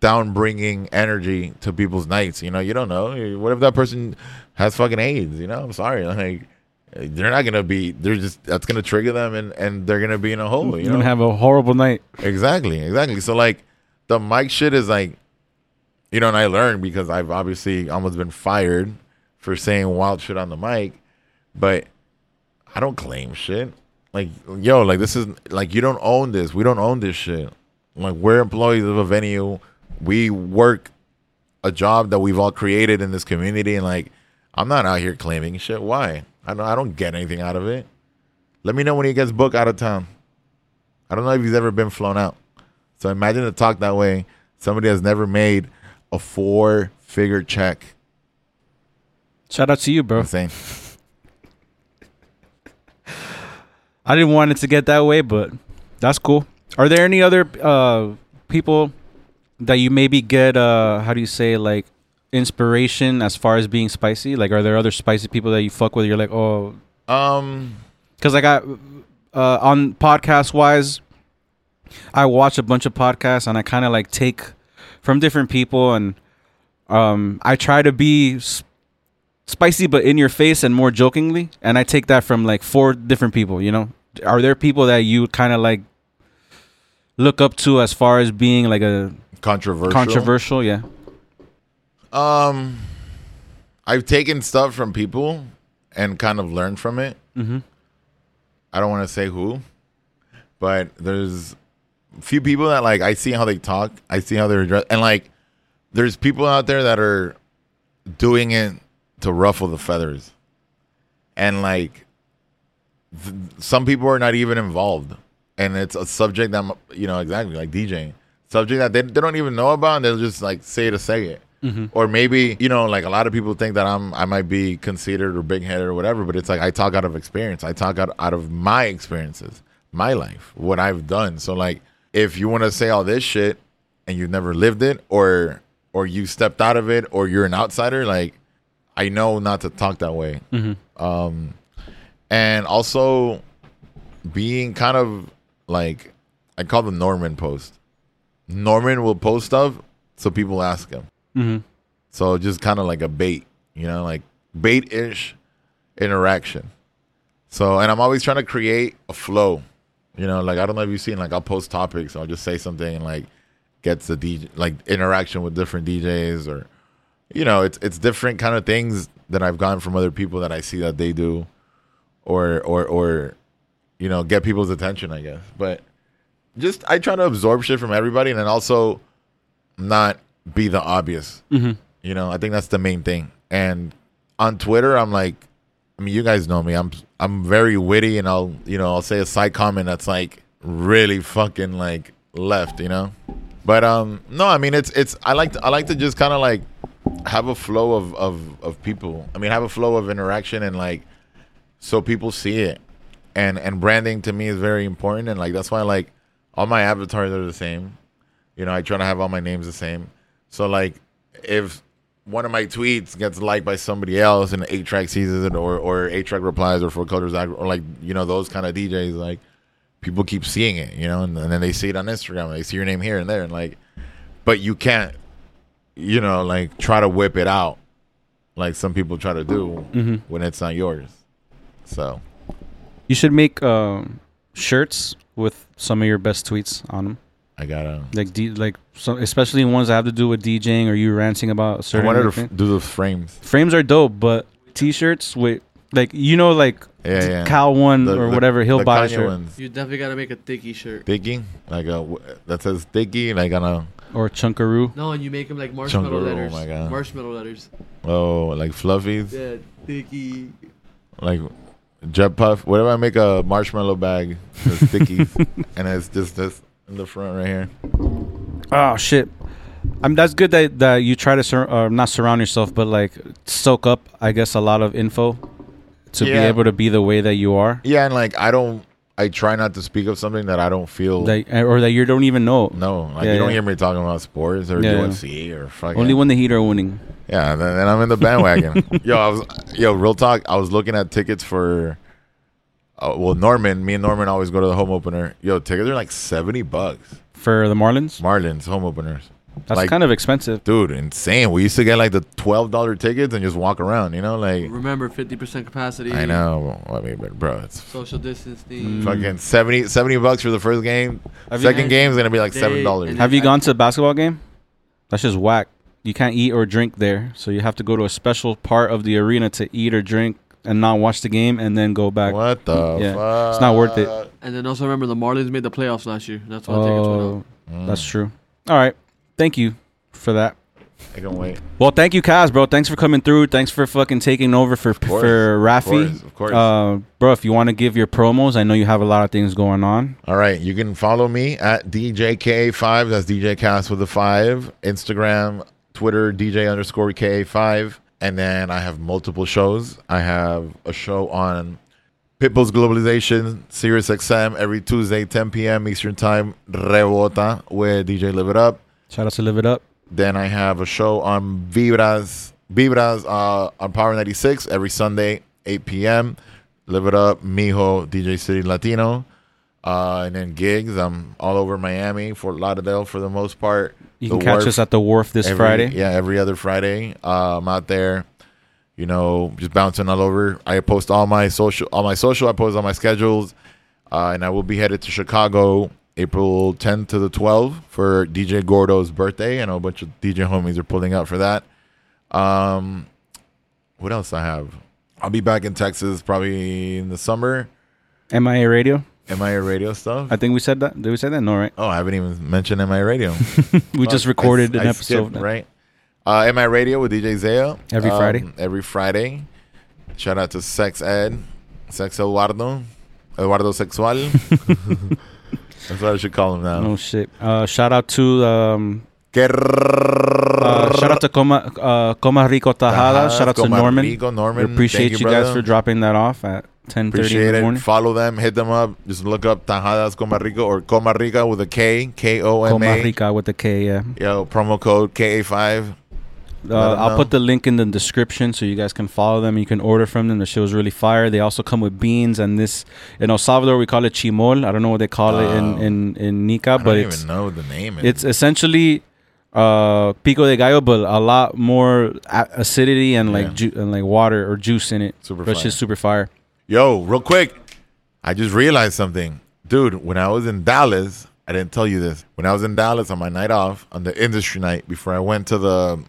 Speaker 2: down bringing energy to people's nights. You know, you don't know. What if that person has fucking AIDS? You know, I'm sorry. Like, they're not gonna be. They're just that's gonna trigger them, and and they're gonna be in a hole. You
Speaker 1: You're
Speaker 2: know,
Speaker 1: gonna have a horrible night.
Speaker 2: Exactly, exactly. So like the mic shit is like you know, and I learned because I've obviously almost been fired for saying wild shit on the mic, but I don't claim shit. Like, yo, like this is like you don't own this. We don't own this shit. Like we're employees of a venue. We work a job that we've all created in this community and like I'm not out here claiming shit. Why? I don't I don't get anything out of it. Let me know when he gets booked out of town. I don't know if he's ever been flown out. So imagine to talk that way. Somebody has never made a four figure check.
Speaker 1: Shout out to you, bro.
Speaker 2: Insane.
Speaker 1: I didn't want it to get that way, but that's cool. Are there any other uh, people that you maybe get? Uh, how do you say like inspiration as far as being spicy? Like, are there other spicy people that you fuck with? You're like, oh,
Speaker 2: Um,
Speaker 1: because I got uh, on podcast wise, I watch a bunch of podcasts and I kind of like take from different people and um, I try to be s- spicy but in your face and more jokingly, and I take that from like four different people. You know, are there people that you kind of like look up to as far as being like a
Speaker 2: controversial.
Speaker 1: controversial? Yeah,
Speaker 2: Um, I've taken stuff from people and kind of learned from it.
Speaker 1: Mhm.
Speaker 2: I don't want to say who, but there's few people that like I see how they talk, I see how they're dressed, and like there's people out there that are doing it to ruffle the feathers, and like th- some people are not even involved, and it's a subject that you know exactly like DJing subject that they, they don't even know about, and they'll just like say to say it. Or maybe you know, like a lot of people think that I'm I might be considered or big headed or whatever, but it's like I talk out of experience. I talk out, out of my experiences, my life, what I've done. So like, if you want to say all this shit and you've never lived it, or or you stepped out of it, or you're an outsider, like I know not to talk that way. Um, and also being kind of like I call the Norman post. Norman will post stuff so people ask him.
Speaker 1: Mhm.
Speaker 2: So just kind of like a bait, you know, like bait ish interaction. So, and I'm always trying to create a flow, you know, like I don't know if you've seen, like I'll post topics, I'll just say something and like gets the DJ, like interaction with different DJs or, you know, it's it's different kind of things that I've gotten from other people that I see that they do or, or, or, you know, get people's attention, I guess. But just I try to absorb shit from everybody and then also not be the obvious. You know, I think that's the main thing. And on Twitter, I'm like, I mean, you guys know me. I'm I'm very witty, and I'll you know I'll say a side comment that's like really fucking like left, you know. But um, no, I mean it's it's I like to, I like to just kind of like have a flow of of of people. I mean, have a flow of interaction and like so people see it and and branding to me is very important and like that's why like all my avatars are the same you know i try to have all my names the same so like if one of my tweets gets liked by somebody else and eight track sees it or or eight track replies or four colors or like you know those kind of djs like people keep seeing it you know and, and then they see it on instagram and they see your name here and there and like but you can't you know like try to whip it out like some people try to do when it's not yours so
Speaker 1: you should make um, shirts with some of your best tweets on them.
Speaker 2: I gotta.
Speaker 1: like D, like so especially ones that have to do with DJing or you ranting about a
Speaker 2: I
Speaker 1: certain
Speaker 2: wanted to
Speaker 1: thing.
Speaker 2: f- do the frames.
Speaker 1: frames are dope, but t-shirts with like you know like
Speaker 2: Yeah, yeah.
Speaker 1: Cal one
Speaker 2: The-
Speaker 1: or
Speaker 2: the-
Speaker 1: whatever he'll
Speaker 2: the
Speaker 1: buy a
Speaker 2: Kanye
Speaker 1: shirt
Speaker 2: ones.
Speaker 3: You definitely gotta make a thicky shirt.
Speaker 2: Thicky, like a w- that says Thicky, like on a
Speaker 1: or Chunkaroo.
Speaker 3: No, and you make them like marshmallow
Speaker 2: Chunkaroo, oh
Speaker 3: letters.
Speaker 2: my God.
Speaker 3: Marshmallow letters.
Speaker 2: oh like fluffies,
Speaker 3: Yeah, thicky.
Speaker 2: like jet puff. What if I make a marshmallow bag, with Thickies, and it's just this in the front right here?
Speaker 1: Oh shit! I mean, that's good that, that you try to sur- uh, not surround yourself, but like soak up, I guess, a lot of info to be
Speaker 2: Yeah.
Speaker 1: able to be the way that you are,
Speaker 2: Yeah, and like I don't, I try not to speak of something that I don't feel.
Speaker 1: that, or that you don't even know.
Speaker 2: no, like
Speaker 1: Yeah,
Speaker 2: you don't
Speaker 1: yeah.
Speaker 2: hear me talking about sports or
Speaker 1: Yeah, yeah.
Speaker 2: UFC or fucking.
Speaker 1: Only when the Heat are winning.
Speaker 2: Yeah, and then I'm in the bandwagon. yo, I was, yo, real talk. I was looking at tickets for. Uh, well, Norman, me and Norman always go to the home opener. Yo, tickets are like seventy bucks.
Speaker 1: For the Marlins,
Speaker 2: Marlins home openers.
Speaker 1: that's
Speaker 2: like,
Speaker 1: kind of expensive.
Speaker 2: dude, insane. We used to get like the twelve dollar tickets and just walk around. You know, like
Speaker 3: Remember, 50% capacity.
Speaker 2: I know. Mm. I mean, but bro, it's
Speaker 3: Social distancing.
Speaker 2: fucking 70, 70 bucks for the first game.
Speaker 1: Mm. Have you-
Speaker 2: Second game's gonna be like
Speaker 3: They-
Speaker 2: seven dollars.
Speaker 3: and-
Speaker 1: Have you
Speaker 3: I-
Speaker 1: gone to a basketball game? That's just whack. You can't eat or drink there, so you have to go to a special part of the arena to eat or drink and not watch the game and then go back.
Speaker 2: What the
Speaker 1: Yeah,
Speaker 2: fuck?
Speaker 1: it's not worth it.
Speaker 3: And then also remember, the Marlins made the playoffs last year. That's why I think it's went
Speaker 1: Oh,
Speaker 3: up.
Speaker 1: that's true. All right, thank you for that.
Speaker 2: I can wait.
Speaker 1: Well, thank you, Kaz, bro. Thanks for coming through. Thanks for fucking taking over for
Speaker 2: course,
Speaker 1: for
Speaker 2: of
Speaker 1: Rafi.
Speaker 2: course, of course.
Speaker 1: Uh, bro. If you want to give your promos, I know you have a lot of things going on.
Speaker 2: All right, you can follow me at DJK5. That's DJ Cast with a five. Instagram, Twitter, DJ underscore K5. And then I have multiple shows. I have a show on Pitbull's Globalization, Sirius XM, every Tuesday, 10 p.m. Eastern Time, Rebota, where DJ Live It Up.
Speaker 1: Shout out to Live It Up.
Speaker 2: Then I have a show on Vibras, Vibras uh, on Power 96 every Sunday, 8 p.m. Live it up, Mijo, DJ City Latino. Uh, and then gigs. I'm all over Miami, Fort Lauderdale for the most part.
Speaker 1: You
Speaker 2: The
Speaker 1: can catch
Speaker 2: Wharf
Speaker 1: us at the wharf this
Speaker 2: every-
Speaker 1: Friday.
Speaker 2: Yeah, every other Friday. Uh, I'm out there, you know, just bouncing all over. I post all my social, all my social. I post all my schedules, uh, and I will be headed to Chicago April 10th to the 12th for DJ Gordo's birthday. I know a bunch of DJ homies are pulling out for that. Um, what else I have? I'll be back in Texas probably in the summer.
Speaker 1: MIA Radio.
Speaker 2: MIA radio stuff.
Speaker 1: I think we said that. Did we say that? No, right?
Speaker 2: oh, I haven't even mentioned MIA radio.
Speaker 1: We just
Speaker 2: Fuck, I-
Speaker 1: recorded
Speaker 2: Uh, I
Speaker 1: an
Speaker 2: skipped,
Speaker 1: episode.
Speaker 2: right? Uh, Am I Radio with DJ Zaya Um,
Speaker 1: Every Friday.
Speaker 2: Every Friday. Shout out to Sex Ed, Sex Eduardo, Eduardo Sexual. That's what I should call him now.
Speaker 1: Oh shit! Uh, shout out to um,
Speaker 2: Que
Speaker 1: uh, shout out to Coma uh, Coma Rico Tajada.
Speaker 2: Tajadas,
Speaker 1: Shout out to
Speaker 2: Coma
Speaker 1: Norman.
Speaker 2: Rico, Norman.
Speaker 1: We appreciate
Speaker 2: Thank
Speaker 1: you
Speaker 2: you,
Speaker 1: guys
Speaker 2: brother.
Speaker 1: for dropping that off at ten thirty in
Speaker 2: Appreciate
Speaker 1: the
Speaker 2: it.
Speaker 1: morning.
Speaker 2: Follow them. Hit them up. Just look up Tajadas Coma Rico or Coma Rica with a K. K O M
Speaker 1: Coma
Speaker 2: A.
Speaker 1: Rica with the K. Yeah.
Speaker 2: Yo, promo code KA5.
Speaker 1: Uh,
Speaker 2: them
Speaker 1: I'll
Speaker 2: know.
Speaker 1: put the link in the description so you guys can follow them. You can order from them. The shit was really fire. They also come with beans and this in El Salvador we call it chimol. I don't know what they call it in in in Nica,
Speaker 2: Oh. I
Speaker 1: but
Speaker 2: don't
Speaker 1: it's
Speaker 2: even know the name.
Speaker 1: it's essentially uh pico de gallo, but a lot more a- acidity and like ju- and like water or juice in it.
Speaker 2: Super
Speaker 1: but it's
Speaker 2: fire.
Speaker 1: just super fire.
Speaker 2: Yo, real quick, I just realized something. Dude, when I was in Dallas, I didn't tell you this. When I was in Dallas on my night off, on the industry night, before I went to the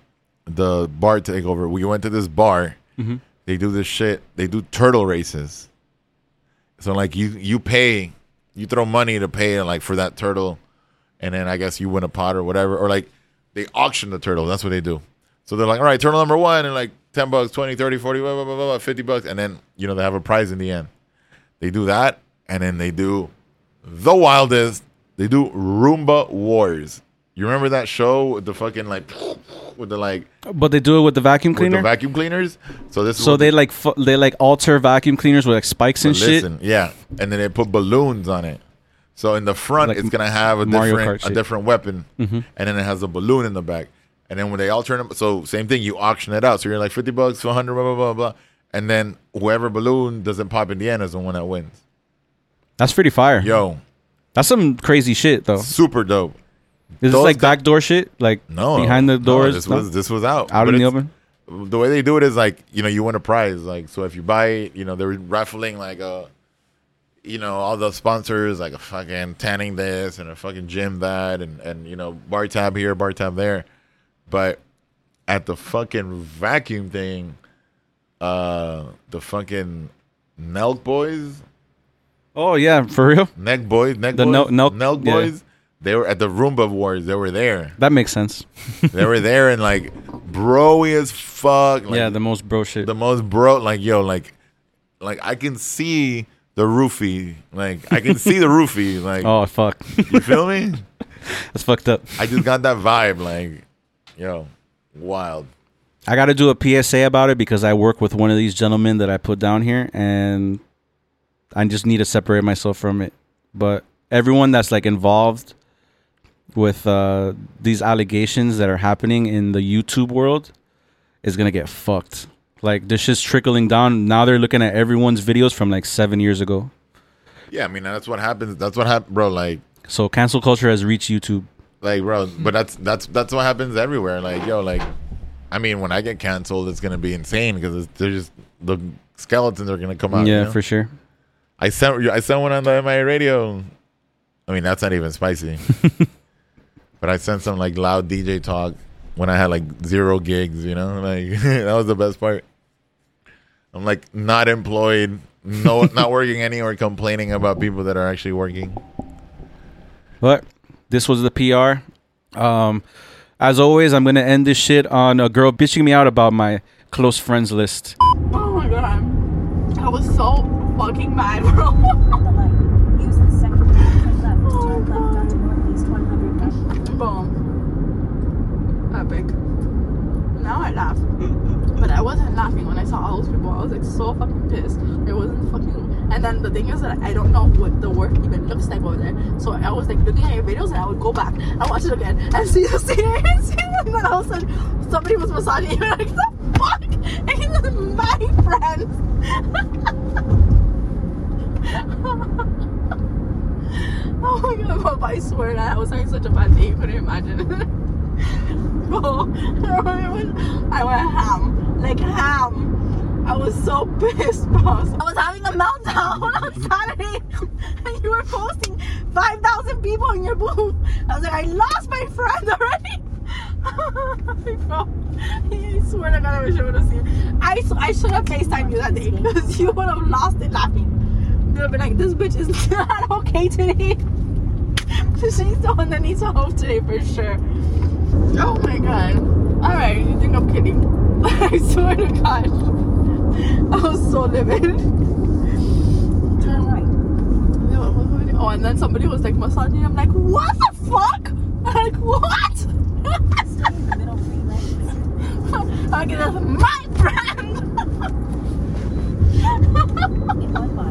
Speaker 2: the bar takeover, we went to this bar. They do this shit. They do turtle races. So like you you pay, you throw money to pay like for that turtle, and then I guess you win a pot or whatever, or like they auction the turtle. That's what they do. So they're like, all right, turtle number one, and like 10 bucks, 20, 30, 40, blah, blah, blah, blah, blah, 50 bucks. And then, you know, they have a prize in the end. They do that, and then they do the wildest. They do Roomba Wars. You remember that show with the fucking like with the like
Speaker 1: But they do it with the vacuum
Speaker 2: with the
Speaker 1: cleaner.
Speaker 2: vacuum cleaners? So this is
Speaker 1: so
Speaker 2: what
Speaker 1: they like fu- they like alter vacuum cleaners with like spikes and shit.
Speaker 2: listen, yeah, and then they put balloons on it. So in the front,
Speaker 1: Like
Speaker 2: it's gonna have a
Speaker 1: Mario
Speaker 2: different
Speaker 1: Kart
Speaker 2: a
Speaker 1: shit. Mm-hmm.
Speaker 2: different weapon, and then it has a balloon in the back. And then when they all turn them, so same thing, you auction it out. So you're like fifty bucks, one hundred, blah blah blah blah, and then whoever balloon doesn't pop in the end is the one that wins.
Speaker 1: That's pretty fire.
Speaker 2: Yo,
Speaker 1: That's some crazy shit though.
Speaker 2: super dope.
Speaker 1: Is this
Speaker 2: Those
Speaker 1: like
Speaker 2: guy-
Speaker 1: backdoor shit? Like
Speaker 2: No,
Speaker 1: behind the
Speaker 2: no,
Speaker 1: doors,
Speaker 2: this
Speaker 1: no?
Speaker 2: was this was out
Speaker 1: out
Speaker 2: But
Speaker 1: in the
Speaker 2: it's-
Speaker 1: open.
Speaker 2: the way they do it is like you know you win a prize like so if you buy it you know they're raffling like uh you know all the sponsors like a fucking tanning this and a fucking gym that and and you know bar tab here bar tab there but at the fucking vacuum thing uh the fucking Nelk boys
Speaker 1: Oh yeah, for real.
Speaker 2: neck boys neck
Speaker 1: The
Speaker 2: boys
Speaker 1: Nel- Nelk-
Speaker 2: Nelk
Speaker 1: yeah.
Speaker 2: boys they were at the Roomba Wars they were there
Speaker 1: That makes sense.
Speaker 2: they were there and like broy as fuck like,
Speaker 1: yeah, the most bro shit.
Speaker 2: the most bro like yo like like i can see the roofie like i can see the roofie like
Speaker 1: oh fuck,
Speaker 2: you feel me
Speaker 1: that's fucked up.
Speaker 2: i just got that vibe like Yo, wild.
Speaker 1: I got to do a PSA about it because I work with one of these gentlemen that I put down here, and I just need to separate myself from it. But everyone that's like involved with uh, these allegations that are happening in the YouTube world is gonna get fucked. Like this shit's trickling down. Now they're looking at everyone's videos from like seven years ago.
Speaker 2: Yeah, I mean that's what happens. That's what happened, bro. Like,
Speaker 1: So cancel culture has reached YouTube.
Speaker 2: like, bro. But that's that's that's what happens everywhere. Like, yo, like, I mean, when I get canceled, it's gonna be insane because they're just the skeletons are gonna come out. you
Speaker 1: yeah,
Speaker 2: know?
Speaker 1: for sure.
Speaker 2: I sent I sent one on the MIA radio. I mean, that's not even spicy. but I sent some like loud DJ talk when I had like zero gigs. You know, like that was the best part. I'm like not employed, no, not working anywhere, complaining about people that are actually working.
Speaker 1: But this was the PR. Um, as always, I'm gonna end this shit on a girl bitching me out about my close friends list.
Speaker 6: Oh my god. I was so fucking mad, bro.
Speaker 7: At the light, use the second turn left,
Speaker 6: Oh,
Speaker 7: turn left onto northeast 100 meters.
Speaker 6: Boom. Epic. Now I laugh. But I wasn't laughing when I saw all those people. I was like so fucking pissed. It wasn't fucking. And then the thing is that I don't know what the work even looks like over there. So I was like looking at your videos and I would go back and watch it again and see the scene and see and then all of a sudden somebody was massaging you. Like the fuck? It's my friends. Oh my god, Bob, I swear that I was having such a bad day, you couldn't imagine. Bro, I went- I went ham. Like ham. I was so pissed, boss. I was having a meltdown on Saturday, and you were posting 5,000 people in your booth. I was like, I lost my friend already. Bro, I swear to God, I wish I would have seen. I, I should have FaceTimed you that day because you would have lost it laughing they have been like, this bitch is not okay today. She's the one that needs help today for sure. Oh my god. Alright, you think I'm kidding? I swear to God. I was so livid.
Speaker 7: Turn right.
Speaker 6: Oh, and then somebody was like massaging. I'm like, what the fuck? I'm like, what?
Speaker 7: Turn the middle three lanes.
Speaker 6: okay, that's my friend.
Speaker 7: In one mile,